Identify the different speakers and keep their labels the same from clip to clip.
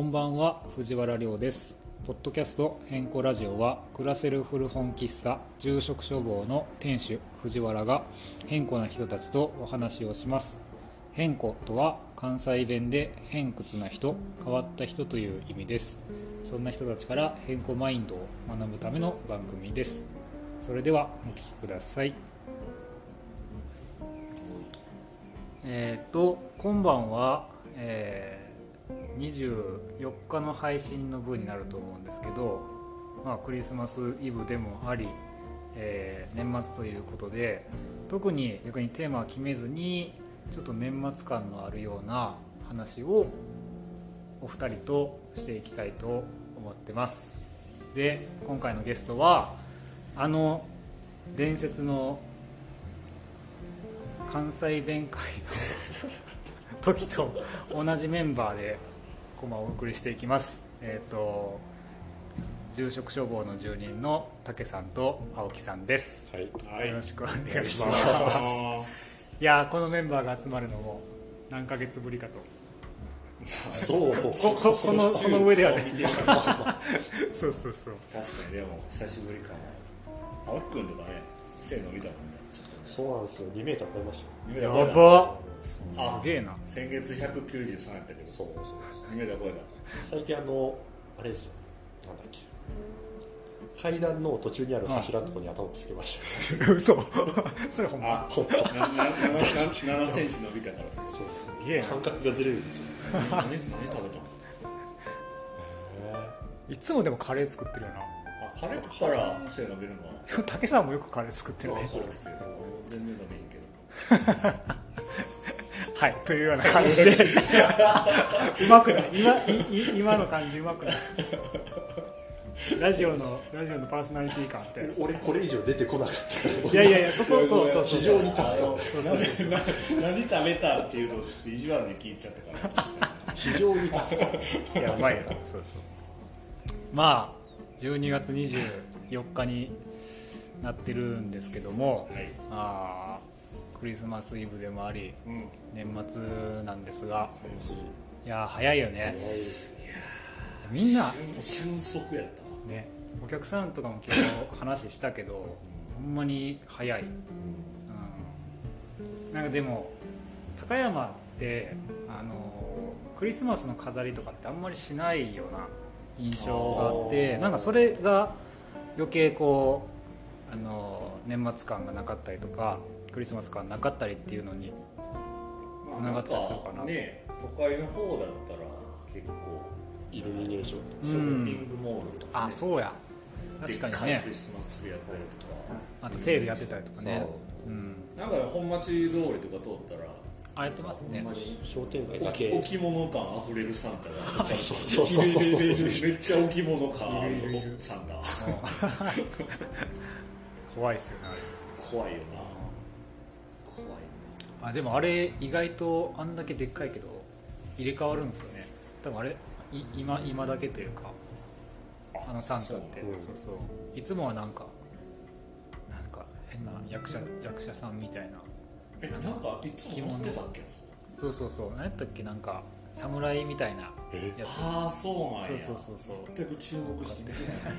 Speaker 1: んばんは藤原亮ですポッドキャスト変更ラジオは暮らせる古本喫茶住職処房の店主藤原が変更な人たちとお話をします変更とは関西弁で偏屈な人変わった人という意味ですそんな人たちから変更マインドを学ぶための番組ですそれではお聞きくださいえっ、と今晩は、えー24日の配信の分になると思うんですけど、まあ、クリスマスイブでもあり、えー年末ということで特に逆にテーマは決めずにちょっと年末感のあるような話をお二人としていきたいと思ってますで今回のゲストはあの伝説の関西弁 会の時と同じメンバーでコマをお送りしていきますえっ、と住職消防の住人の竹さんと青木さんです、
Speaker 2: はい。
Speaker 1: よろしくお願
Speaker 2: お願
Speaker 1: い
Speaker 2: い
Speaker 1: し
Speaker 2: し
Speaker 1: ます
Speaker 2: ます。
Speaker 1: いやーこのメンバーが集まるのも何ヶ月ぶりかと
Speaker 2: そう。
Speaker 1: こここのこの上ではね
Speaker 2: 見てるから確か
Speaker 1: そうそうそう
Speaker 2: にでも久しぶりかも。青木くんとかね、背伸びたもんね。
Speaker 3: そうなんですよ、2メーター超えましたよ。
Speaker 2: 夢
Speaker 1: や
Speaker 2: だ
Speaker 1: ば
Speaker 2: あ
Speaker 1: すげえな
Speaker 2: 先月193やったけど、
Speaker 3: そうそうそう
Speaker 2: 夢だ声だ。
Speaker 3: 最近あの、あれですよ、なんだっけ、階段の途中にある柱のところに頭をつけました。
Speaker 1: 嘘それほんま
Speaker 2: あ、ななな7センチ伸びたから。
Speaker 3: そう
Speaker 1: げえな
Speaker 3: 感覚がずれるんですよ。
Speaker 2: 何何食べたの？
Speaker 1: いつもでもカレー作ってるよ
Speaker 2: あ、カレー食ったら背伸びるのは。
Speaker 1: な竹さんもよくカレー作ってる
Speaker 2: あ、
Speaker 1: ね
Speaker 2: そうですよ。全然伸びへんけど。
Speaker 1: はいというような感じでうまくない今いい今の感じうまくないラジオのラジオのパーソナリティ感って
Speaker 3: 俺、これ以上出てこなかった
Speaker 1: いやいやいやそこそうそうそう
Speaker 3: 非常に助かった
Speaker 1: そうそう
Speaker 2: 何食べたっていうのをちょっと意地悪で聞いちゃったから。
Speaker 3: 非常に助か った。
Speaker 1: いやうまいよそうそうまあ12月24日になってるんですけども、
Speaker 2: はい
Speaker 1: あークリスマスイブでもあり
Speaker 2: うん。
Speaker 1: 年末なんですが
Speaker 3: 早い
Speaker 1: いやー早いよね
Speaker 3: です
Speaker 1: みんな、
Speaker 2: 瞬速やったな
Speaker 1: ね、お客さんとかも今日話したけどほんまに早い、うん、なんかでも高山ってあのクリスマスの飾りとかってあんまりしないような印象があって
Speaker 3: あー
Speaker 1: なんかそれが余計こうあの年末感がなかったりとかクリスマス感なかったりっていうのにつながったりするかな
Speaker 2: ね都会の方だったら結構
Speaker 3: イルミネーション。
Speaker 2: ショッピングモールとか、ね
Speaker 1: あそうや
Speaker 2: でっ
Speaker 1: 確
Speaker 2: か
Speaker 1: か
Speaker 2: い
Speaker 1: にね
Speaker 2: クリスマスツリーやったりとか
Speaker 1: あとセールやってたりとかねうん
Speaker 2: なんかね本町通りとか通ったら
Speaker 1: あやってます
Speaker 2: ほん
Speaker 1: ね
Speaker 2: まに
Speaker 3: 商店街だけ。
Speaker 2: 置物感あふれるサンタ が
Speaker 3: そうそうそうそうそう
Speaker 2: めっちゃ置物感ある
Speaker 1: いるいるいる
Speaker 2: サンタ
Speaker 1: 怖いですよねあれ
Speaker 2: 怖いよな怖い
Speaker 1: あでもあれ意外とあんだけでっかいけど入れ替わるんですよね多分あれい今今だけというかあのサンタってそう
Speaker 3: うん
Speaker 1: そういつもはなんかなんか変な役者役者さんみたいな
Speaker 2: なえなんかいつも持ってたっけそこ
Speaker 1: そうそうそう何やったっけなんか侍みたいな
Speaker 3: え
Speaker 1: やつ
Speaker 2: ああそうなんや
Speaker 1: そうそうそうそう
Speaker 2: 全く注目して見て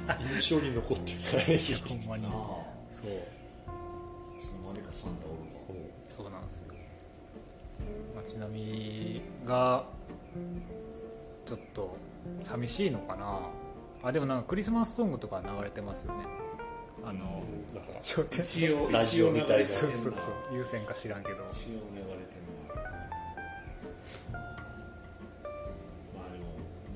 Speaker 2: ない
Speaker 3: 印象に残ってない。
Speaker 1: いやほんまに
Speaker 2: なあ
Speaker 1: そう
Speaker 2: いつの間にかサンタおるわ
Speaker 3: うん
Speaker 1: そうなんですよ街並みがちょっと寂しいのかなあでもなんかクリスマスソングとか流れてますよねあの
Speaker 3: なんか
Speaker 1: 商店街
Speaker 2: 一応
Speaker 3: ラジオみたいな
Speaker 2: 一応
Speaker 1: そう
Speaker 2: 流れてん
Speaker 1: そう
Speaker 2: な
Speaker 1: そう優先か知らんけど
Speaker 2: 一応流れてるなまあでも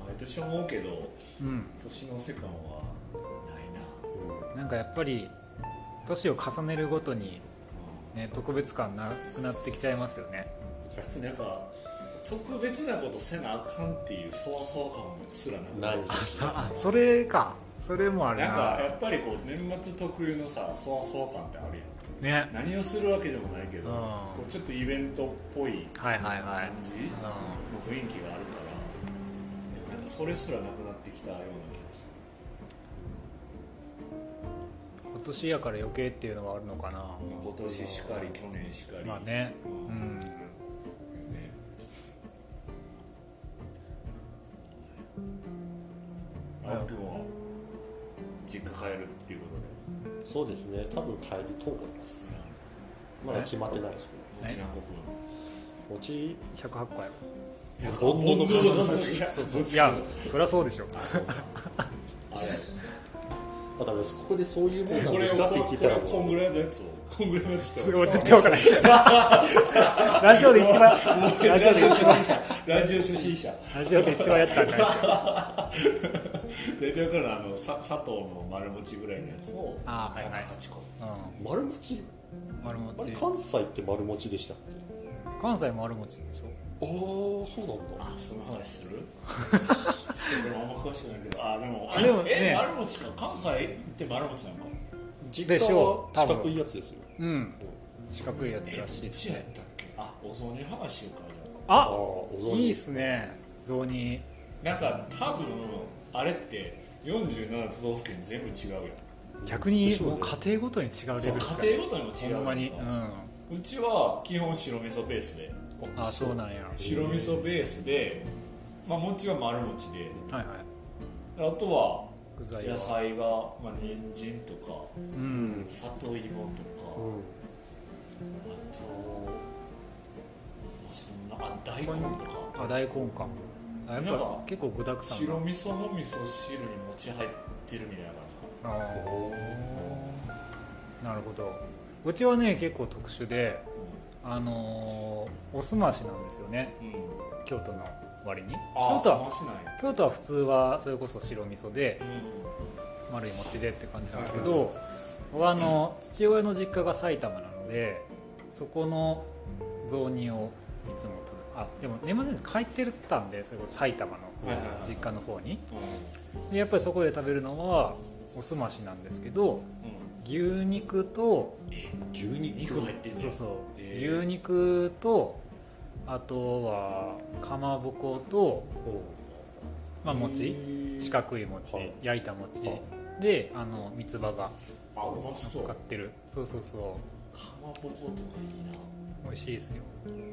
Speaker 2: 毎年思うけど
Speaker 1: うん
Speaker 2: 年の世間はないな
Speaker 1: なんかやっぱり年を重ねるごとに
Speaker 2: う
Speaker 1: ね特別感なくなってきちゃいますよね
Speaker 2: ん別になんか特別なことせなあかんっていうそわそわ感すらなく
Speaker 3: ない
Speaker 2: る
Speaker 1: あそれかそれもある
Speaker 2: なんか
Speaker 1: な
Speaker 2: やっぱりこう年末特有のさそわそわ感ってあるやん
Speaker 1: ね
Speaker 2: 何をするわけでもないけど
Speaker 1: うん
Speaker 2: こうちょっとイベントっぽい
Speaker 1: はいはいはい
Speaker 2: 感じ
Speaker 1: うん
Speaker 2: の雰囲気があるからでもなんかそれすらなくなってきたような気がす
Speaker 1: 今年やから余計っていうのはあるのかな
Speaker 2: る、まあ、今年しかり去年しかり、
Speaker 1: まあねう
Speaker 2: う
Speaker 1: んん
Speaker 2: ねマックも実家帰るっていうこ
Speaker 3: そうですね多分帰ると思います
Speaker 2: と
Speaker 3: まだ
Speaker 1: え
Speaker 3: 決まってないですけ
Speaker 2: で、もちなこくん。
Speaker 3: どもち
Speaker 1: 108個やろ
Speaker 2: いや、
Speaker 3: 煩悩の数
Speaker 2: いや、そうそ
Speaker 1: い
Speaker 2: う
Speaker 1: やそりゃそうでしょ
Speaker 2: あれ
Speaker 3: だからここでそういうもんなん
Speaker 2: こ
Speaker 3: で
Speaker 2: れ
Speaker 3: す
Speaker 2: を
Speaker 3: かって
Speaker 2: こ
Speaker 3: 聞いた
Speaker 2: これ
Speaker 3: ら
Speaker 2: をこん
Speaker 3: もう
Speaker 2: ぐらいのやつをこんぐらいのやつって
Speaker 1: すごい絶対わからないラジオで一番ラジオで一番
Speaker 2: ラジオ初心者
Speaker 1: ラジオで一番やったんじゃないですか
Speaker 2: 大体分からんあのさ佐藤の丸餅ぐらいのやつを
Speaker 1: あーはいはい
Speaker 2: 8個
Speaker 3: 丸餅
Speaker 1: うん丸
Speaker 3: あれ
Speaker 1: 餅
Speaker 3: 関西って丸餅でしたっけ
Speaker 1: 関西丸餅でしょ
Speaker 3: ああそうなんだ
Speaker 2: あその話 するちょっと俺あんま詳しくないけどあでも
Speaker 1: でもね
Speaker 2: え丸餅か関西って丸餅なのか
Speaker 3: 実
Speaker 1: でし
Speaker 3: 家は
Speaker 1: ょう多
Speaker 3: 四
Speaker 1: 分
Speaker 3: 角いやつですよ
Speaker 1: うん四角いやつ
Speaker 2: えど
Speaker 1: ら
Speaker 2: っ
Speaker 1: しいです
Speaker 2: ちやったっけあお雑煮の話しようか
Speaker 3: ああ
Speaker 1: あ
Speaker 3: お雑
Speaker 1: いい
Speaker 3: 煮
Speaker 1: っすね雑煮
Speaker 2: じゃあなんか多分あれって47都道府県全部違うやん
Speaker 1: 逆にもう家庭ごとに違うレベ
Speaker 2: そ
Speaker 1: ル
Speaker 2: う
Speaker 1: ですから
Speaker 2: 家庭ごとにも違う
Speaker 1: ほ
Speaker 2: や
Speaker 1: んまにうん
Speaker 2: かうちは基本白味噌ベースで
Speaker 1: あそうなんや
Speaker 2: 白味噌ベースで、まあ、餅は丸餅で
Speaker 1: はいはい
Speaker 2: あとは
Speaker 1: 具材
Speaker 2: 野
Speaker 1: は
Speaker 2: 菜が、まあ、人参とか
Speaker 1: うん
Speaker 2: 里芋
Speaker 3: う
Speaker 2: と
Speaker 3: ん
Speaker 2: かあと、まあ、そんなあ大根とか
Speaker 1: あ大根かあやっ
Speaker 2: なん
Speaker 1: ぱ
Speaker 2: か
Speaker 1: 結構具だくさん
Speaker 2: 白味噌の味噌汁に餅入ってるみたいな感じか
Speaker 1: あーなるほどうちはね結構特殊であのーおすましなんですよね
Speaker 2: うん、うん、
Speaker 1: 京都の割に
Speaker 2: あ
Speaker 1: 京
Speaker 2: あ
Speaker 1: 都
Speaker 2: す
Speaker 1: は
Speaker 2: ましない
Speaker 1: 京都は普通はそれこそ白味噌で
Speaker 2: う
Speaker 1: 丸い餅でって感じなんですけど僕はあの父親の実家が埼玉なのでそこの雑煮をいつも食べあでも年末年始帰ってたんでそれこそ埼玉の
Speaker 2: はいはいはい
Speaker 1: 実家の方に
Speaker 2: んうん
Speaker 1: でやっぱりそこで食べるのはおすましなんですけど
Speaker 2: うん
Speaker 1: 牛肉と
Speaker 3: 牛肉
Speaker 2: 肉入ってんね
Speaker 1: そうそう、
Speaker 2: えー
Speaker 1: 牛肉とあとはかまぼこと、まあ、餅四角い餅、
Speaker 3: はい
Speaker 1: 焼いた餅
Speaker 3: はい
Speaker 1: であの三つ葉が
Speaker 2: あうまそう
Speaker 1: 乗っ
Speaker 2: か
Speaker 1: かってるそうそうそ
Speaker 2: まぼことかいいな
Speaker 1: う美味しいですよ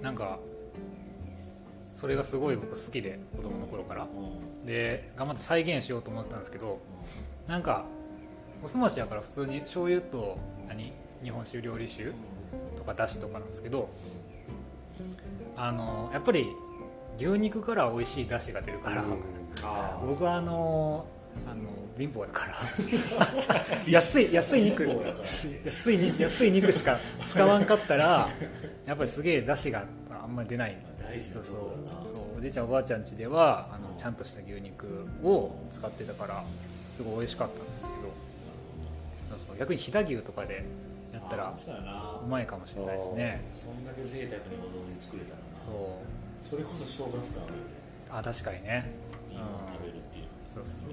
Speaker 1: なんかそれがすごい僕好きで子供の頃から
Speaker 2: うんうん
Speaker 1: で頑張って再現しようと思ったんですけどなんかおすましやから普通に醤油と何日本酒料理酒とかだしとかなんですけどあのやっぱり牛肉から美味しいだしが出るから、
Speaker 2: あー
Speaker 1: 僕はあのあの貧乏やから 安い安い肉
Speaker 2: 貧乏やから
Speaker 1: 安い肉安い肉しか使わんかったらやっぱりすげえだしがあんまり出ない
Speaker 2: 大事
Speaker 1: そ
Speaker 2: な
Speaker 1: う
Speaker 2: と
Speaker 1: そう
Speaker 2: こだな
Speaker 1: そうおじいちゃんおばあちゃん家ではあのちゃんとした牛肉を使ってたからすごい美味しかったんですけどそうそう逆に飛騨牛とかでやったら
Speaker 2: あそうやな
Speaker 1: うまいかもしれないですね
Speaker 2: そんだけ贅沢にお雑煮作れたらな
Speaker 1: そう
Speaker 2: それこそ正月感あるよね
Speaker 1: あ確かにね
Speaker 2: いいもの食べるっていう
Speaker 1: そうそう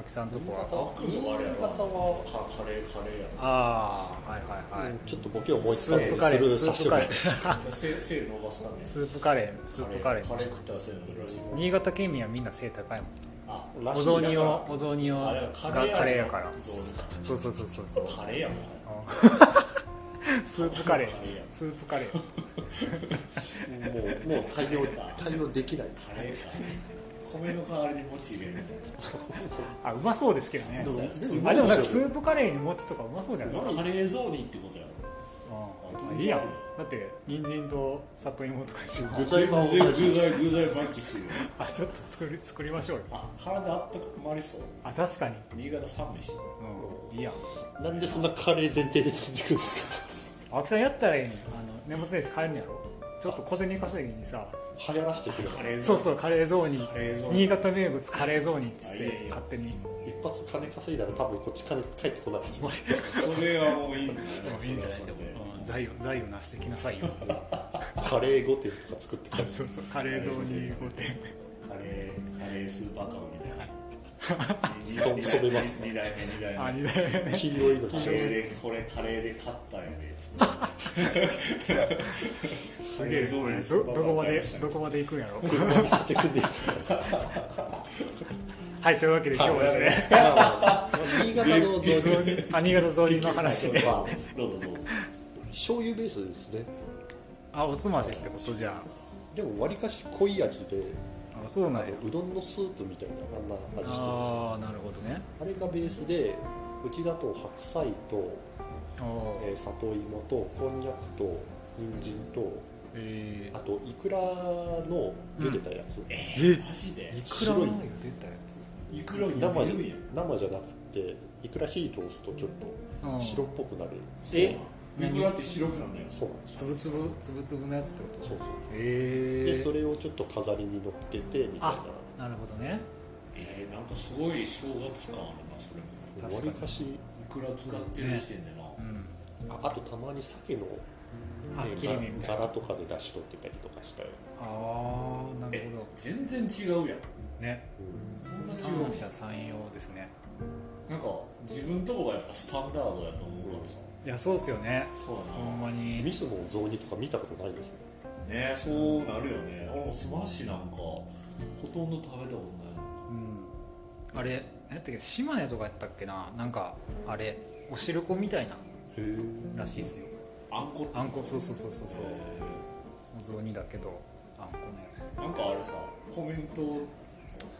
Speaker 1: あきさんとこは
Speaker 2: あくのあれや
Speaker 3: 新潟
Speaker 2: ろ
Speaker 3: は
Speaker 2: カカレーカレーや
Speaker 1: ああはいはいはい、
Speaker 3: ちょっとボケを思いつ
Speaker 1: ス
Speaker 3: かな
Speaker 1: ー
Speaker 3: い
Speaker 1: プ
Speaker 3: の
Speaker 1: カレ
Speaker 3: でスル
Speaker 1: ー
Speaker 3: ー
Speaker 1: ス
Speaker 3: さ
Speaker 1: ー
Speaker 3: せ
Speaker 1: プカレー
Speaker 3: てもらう
Speaker 2: ろせせい伸ばすために
Speaker 1: スープカレースープカレ
Speaker 2: カレー
Speaker 1: ー
Speaker 2: 食ったらせい伸びるらしい
Speaker 1: 新潟県民はみんな背高いもん
Speaker 2: あ
Speaker 3: らし
Speaker 1: お
Speaker 3: い
Speaker 1: 雑煮
Speaker 3: だ
Speaker 1: をお雑煮を
Speaker 2: あれ
Speaker 1: が
Speaker 2: はカ
Speaker 1: カ
Speaker 2: レー
Speaker 1: レーやから
Speaker 2: 雑煮か
Speaker 1: そうそうそうそうそう
Speaker 2: カレーやもん
Speaker 1: スープカレー
Speaker 2: カレーや
Speaker 1: スープカレー
Speaker 3: らもうもう対応対応できない
Speaker 2: カレーか米の代わりに餅入れるみたい
Speaker 1: あうまそうですけどね
Speaker 2: でもで
Speaker 1: あでもなんかスープカレーに餅とかうまそうじゃない
Speaker 2: なカレー雑煮ってことやろ
Speaker 1: うんあいいやんだって人参と里芋とか一緒に
Speaker 3: 具材は同
Speaker 2: 全然
Speaker 3: じ
Speaker 2: 具
Speaker 3: です
Speaker 2: 材具材マッチしてるよ
Speaker 1: あちょっと作り作りましょうよ
Speaker 2: あ体あったかくまりそう
Speaker 1: あ確かに
Speaker 2: 新潟三飯
Speaker 1: うんいいやん
Speaker 3: なんでそんなカレー前提で進んでいくんですか
Speaker 1: 青木さんやったらいいねんあの年末年始帰るんやろちょっと小銭稼ぎにさ
Speaker 3: 流行らせてくれ
Speaker 2: カレー雑煮
Speaker 1: そうそうカレーゾーンに
Speaker 2: カレーゾーン
Speaker 1: 新潟名物カレーゾーンにっつっ
Speaker 2: あいやい
Speaker 1: て
Speaker 2: や
Speaker 1: 勝手に
Speaker 3: 一発金稼いだら多分こっち金返ってこないです
Speaker 2: それはもういいんじゃない
Speaker 1: いいんじゃないでもうん財を財をなしてきなさいよ
Speaker 3: カレー御殿とか作ってく
Speaker 1: あ
Speaker 3: れ
Speaker 1: そうそうカレーゾーンに行こうって
Speaker 2: カレーカレースーパーカブみたいな
Speaker 3: そう染めますか
Speaker 2: 2代目2代目
Speaker 1: あ二代目ね
Speaker 3: 黄色いの
Speaker 2: カレ
Speaker 3: 黄色
Speaker 2: ー
Speaker 3: い
Speaker 2: でこれカレーで買ったんやでつって
Speaker 1: すげえ
Speaker 2: カレーゾーンにス
Speaker 1: ど
Speaker 2: ーパー
Speaker 1: どこま
Speaker 2: カ
Speaker 1: で
Speaker 2: レーでしたね
Speaker 1: どこまで行くんやろ
Speaker 3: 車にさせてくんで
Speaker 1: はいというわけで今日はですね
Speaker 3: まあまあ新潟の雑
Speaker 1: ゾ
Speaker 3: 煮
Speaker 1: ーンにあ新潟ゾーンの話で
Speaker 3: は
Speaker 2: どうぞどうぞ
Speaker 3: 醤油ベースですね
Speaker 1: あおすましってことじゃ
Speaker 3: でもわりかし濃い味で
Speaker 1: ああそう
Speaker 3: あ
Speaker 1: なんや
Speaker 3: のうどんのスープみたいなあんな味してるんですよ
Speaker 1: ああなるほどね
Speaker 3: あれがベースでうちだと白菜と、
Speaker 1: あー
Speaker 3: えー里芋とこんにゃくと人参と
Speaker 1: え
Speaker 3: あといくらの茹でたやつ、
Speaker 2: え
Speaker 1: ー
Speaker 2: マジで
Speaker 1: いくら
Speaker 3: 白
Speaker 1: の
Speaker 3: い
Speaker 1: 言ってたやつ
Speaker 2: いくらを言っ
Speaker 3: 生
Speaker 2: て
Speaker 3: じ
Speaker 2: るんや
Speaker 3: ゃ生じゃなくていくら火通すとちょっ
Speaker 1: うん
Speaker 3: と白っぽくなる、
Speaker 1: え
Speaker 2: そうないくらって白くなんだよ
Speaker 3: そうなんです
Speaker 1: つ
Speaker 3: よ
Speaker 1: ぶつぶつぶつぶのやつってこと
Speaker 3: そうそう
Speaker 1: え
Speaker 3: で
Speaker 1: え
Speaker 3: それをちょっと飾りに乗っけてみたいな
Speaker 1: あなるほどね
Speaker 2: えー、なんかすごい正月感あるなそれも
Speaker 1: 確
Speaker 3: わ
Speaker 1: かに
Speaker 3: りかし
Speaker 2: いくら使ってる時点でな、
Speaker 1: うん
Speaker 3: ああとたまに鮭の、ね
Speaker 1: あ切り身みた
Speaker 3: が
Speaker 1: いな
Speaker 3: 柄
Speaker 1: あ
Speaker 3: とかで出し取ってたりとかしたよ、
Speaker 1: あーなる
Speaker 2: え
Speaker 1: ほど
Speaker 2: 全然違うやん
Speaker 1: ね
Speaker 2: こんな違う
Speaker 1: 三
Speaker 2: や
Speaker 1: 者三様ですね
Speaker 2: んなんか自分とこがやっぱスタンダードやと思うからさ、
Speaker 1: いやそうっすよね
Speaker 2: そう
Speaker 1: ほんま
Speaker 3: うん
Speaker 1: に
Speaker 3: 味噌のお雑煮とか見たことないですも
Speaker 2: だなねそうなるよね俺もスマッシュなんかほとんど食べたことない
Speaker 1: うんあれ何やったっけ島根とかやったっけななんかあれおしるこみたいなん
Speaker 3: へ
Speaker 1: らしいですよ
Speaker 2: あんこって
Speaker 1: あんこそうそうそうそうそう
Speaker 2: えー
Speaker 1: お雑煮だけどあんこのやつ
Speaker 2: なんかあれさコメント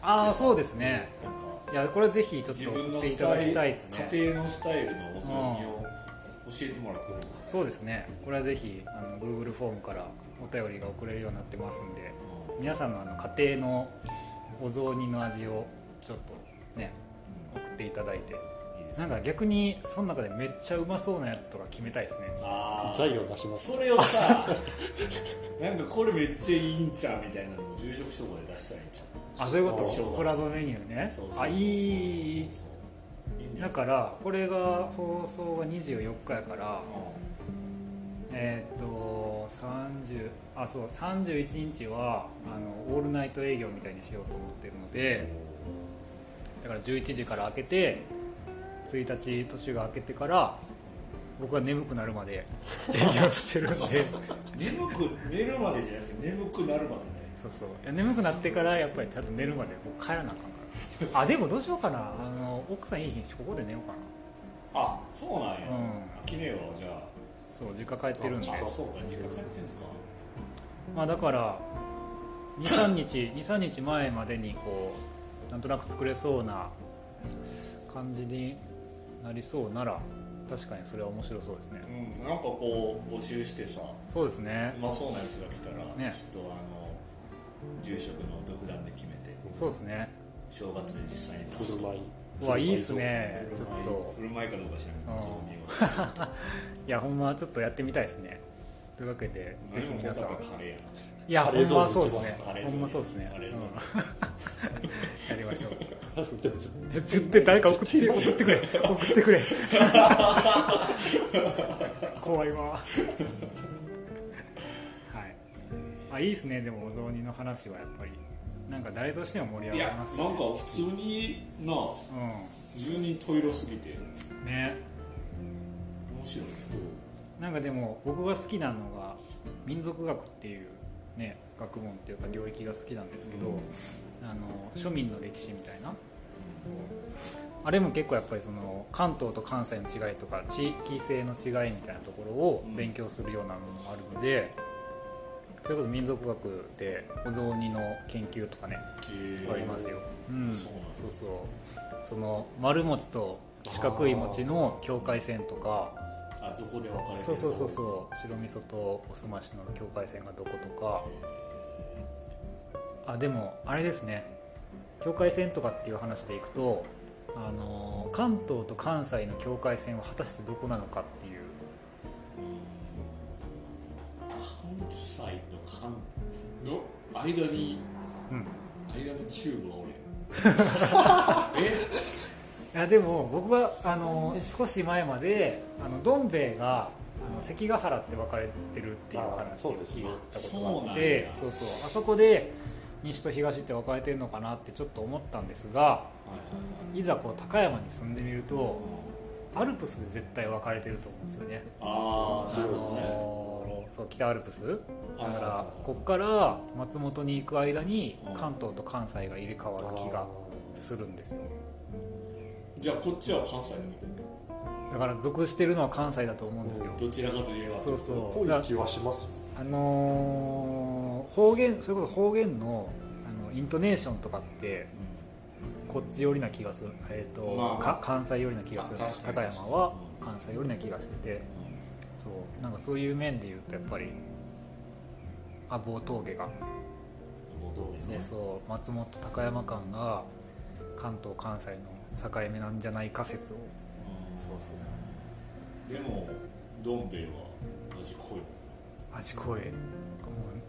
Speaker 1: ああそうですね
Speaker 2: なんか
Speaker 1: いやこれぜひちょっ
Speaker 2: 自
Speaker 1: と
Speaker 2: 分
Speaker 1: 追
Speaker 2: の
Speaker 1: ってい
Speaker 2: ス
Speaker 1: ただ
Speaker 2: タイ
Speaker 1: き
Speaker 2: ル
Speaker 1: たいですね
Speaker 2: 家庭のスタイルのおつまみを教えてもらってもいいですか
Speaker 1: そうですねこれはぜひあの Google フォームからお便りが送れるようになってますんで皆さんのあの家庭のお雑煮の味をちょっとね送っていただいて
Speaker 2: うんいいです
Speaker 1: な
Speaker 2: ね
Speaker 1: んか逆にその中でめっちゃうまそうなやつとか決めたいですね
Speaker 2: あー
Speaker 3: 財を出します
Speaker 2: それをさなんかこれめっちゃいいんちゃうみたいなのを住職商法で出したらいいんちゃ
Speaker 1: あそういうこ
Speaker 2: そう
Speaker 1: とコラボメニューね
Speaker 2: うそうそうそうそう
Speaker 1: あいい
Speaker 2: そうそういいんじゃ
Speaker 1: だ
Speaker 2: ない
Speaker 1: からこれが放送が24日やから
Speaker 2: う
Speaker 1: えーっと30あそう31日はあのオールナイト営業みたいにしようと思ってるのでだから11時から開けて1日年が明けてから僕は眠くなるまで営業してるんで
Speaker 2: ん眠く寝るまでじゃなくて眠くなるまでね
Speaker 1: そうそういや眠くなってからやっぱりちゃんと寝るまでもう帰らなあかんからあでもどうしようかなあの奥さんいい日にしここで寝ようかな
Speaker 2: あそうなんや
Speaker 1: うん
Speaker 2: 飽きねえわじゃあ
Speaker 1: そう実家帰ってるんで
Speaker 2: あそうか実家帰ってんのか
Speaker 1: まあだから23日23日 前までにこうなんとなく作れそうな感じになりそうなら確かにそれは面白そうですね
Speaker 2: うんなんかこう募集してさ
Speaker 1: そうですね
Speaker 2: うまそうなやつが来たら、
Speaker 1: ね
Speaker 2: ちょっとあの住職の独断で決めて
Speaker 1: そうですね
Speaker 2: 正月で実際に出
Speaker 3: 振
Speaker 2: す
Speaker 3: る
Speaker 2: と
Speaker 3: 舞い
Speaker 1: わいいっす
Speaker 2: 振
Speaker 1: ねちょ
Speaker 2: る
Speaker 1: っ
Speaker 2: 舞い
Speaker 1: と
Speaker 2: 振る舞いかどうか知らんけ
Speaker 1: うん
Speaker 2: ど雑煮を
Speaker 1: いやほんまちょっとやってみたいですねというわけでぜ
Speaker 2: 何
Speaker 1: ひ
Speaker 2: も
Speaker 1: 皆
Speaker 2: こ
Speaker 1: さ
Speaker 2: だ
Speaker 1: ん
Speaker 2: ったカレーやな
Speaker 1: いや
Speaker 3: カ
Speaker 1: ほ
Speaker 3: レ
Speaker 1: ん
Speaker 3: ーゾーン
Speaker 1: まそうです
Speaker 2: カレ
Speaker 1: ね
Speaker 2: ーゾーン
Speaker 1: ほんまそうですね
Speaker 2: カレーゾーン
Speaker 1: うんやりましょう
Speaker 3: でも
Speaker 1: ぜ絶対誰か送 って送ってくれ送ってくれ怖いわはいあいいですねでもお雑煮の話はやっぱりなんか誰としても盛り
Speaker 2: い
Speaker 1: 上が
Speaker 2: や
Speaker 1: り
Speaker 2: な
Speaker 1: ま
Speaker 2: ん
Speaker 1: す
Speaker 2: か普通にな住人トイロすぎて
Speaker 1: うんね
Speaker 2: 面白いね
Speaker 1: なんかでも僕が好きなのが民族学っていうね学問っていうか領域が好きなんですけど、
Speaker 2: うん
Speaker 1: あの庶民の歴史みたいなあれも結構やっぱりその関東と関西の違いとか地域性の違いみたいなところを勉強するようなのもあるので、それこそ民族学でお雑煮の研究とかね
Speaker 2: へー
Speaker 1: ありますよ、うん、
Speaker 2: そうなんだ
Speaker 1: そうそうその丸餅と四角い餅の境界線とか
Speaker 2: あどこで分かれてる
Speaker 1: そうそうそうそう白味噌とおすましの境界線がどことかあでもあれですね境界線とかっていう話でいくとあのー関東と関西の境界線は果たしてどこなのかっていう
Speaker 2: 関西と関の間に
Speaker 1: うん
Speaker 2: 間にチューブがおるやんえ
Speaker 1: いやでも僕はあのー少し前まであのどん兵衛があの関ヶ原って分かれてるっていう
Speaker 3: あー
Speaker 1: 話
Speaker 3: そ
Speaker 1: を
Speaker 3: うです
Speaker 1: 聞い
Speaker 3: ね
Speaker 1: たことがあっ
Speaker 2: そうなん
Speaker 1: て
Speaker 2: や
Speaker 1: そうそうあそこで西と東って分かれてるのかなってちょっと思ったんですが
Speaker 2: はいはい
Speaker 1: いざこう高山に住んでみると
Speaker 2: はい
Speaker 1: アルプスで絶対分かれてると思うんですよね
Speaker 2: ああ
Speaker 1: あ
Speaker 2: そうですね、
Speaker 1: のーそう北アルプスだ
Speaker 2: はい
Speaker 1: か
Speaker 2: はい
Speaker 1: ら
Speaker 2: はい
Speaker 1: こっから松本に行く間に
Speaker 2: うん
Speaker 1: 関東と関西が入れ替わる気がするんですよ
Speaker 2: じゃあこっちは関西のこ
Speaker 1: だから属してるのは関西だと思うんですよ
Speaker 2: とどちらかといえば
Speaker 1: そう
Speaker 3: あー
Speaker 1: そ
Speaker 3: ぽ
Speaker 1: うだ
Speaker 3: い
Speaker 1: か
Speaker 3: 気はしますよ
Speaker 1: らあのー方言それこそ方言のあののイントネーションとかってこっち寄りな気がする、えーと
Speaker 2: まあ
Speaker 1: か関西寄りな気がするんです高
Speaker 2: あ確かに
Speaker 1: 山は
Speaker 2: うん
Speaker 1: 関西寄りな気がしててそうなんかそういう面で言うとやっぱり阿房峠が、
Speaker 2: もうどうですね
Speaker 1: そうそう松本高山間が関東関西の境目なんじゃないか説を
Speaker 2: そうそうでもどん兵衛は味濃い
Speaker 1: 味濃いもう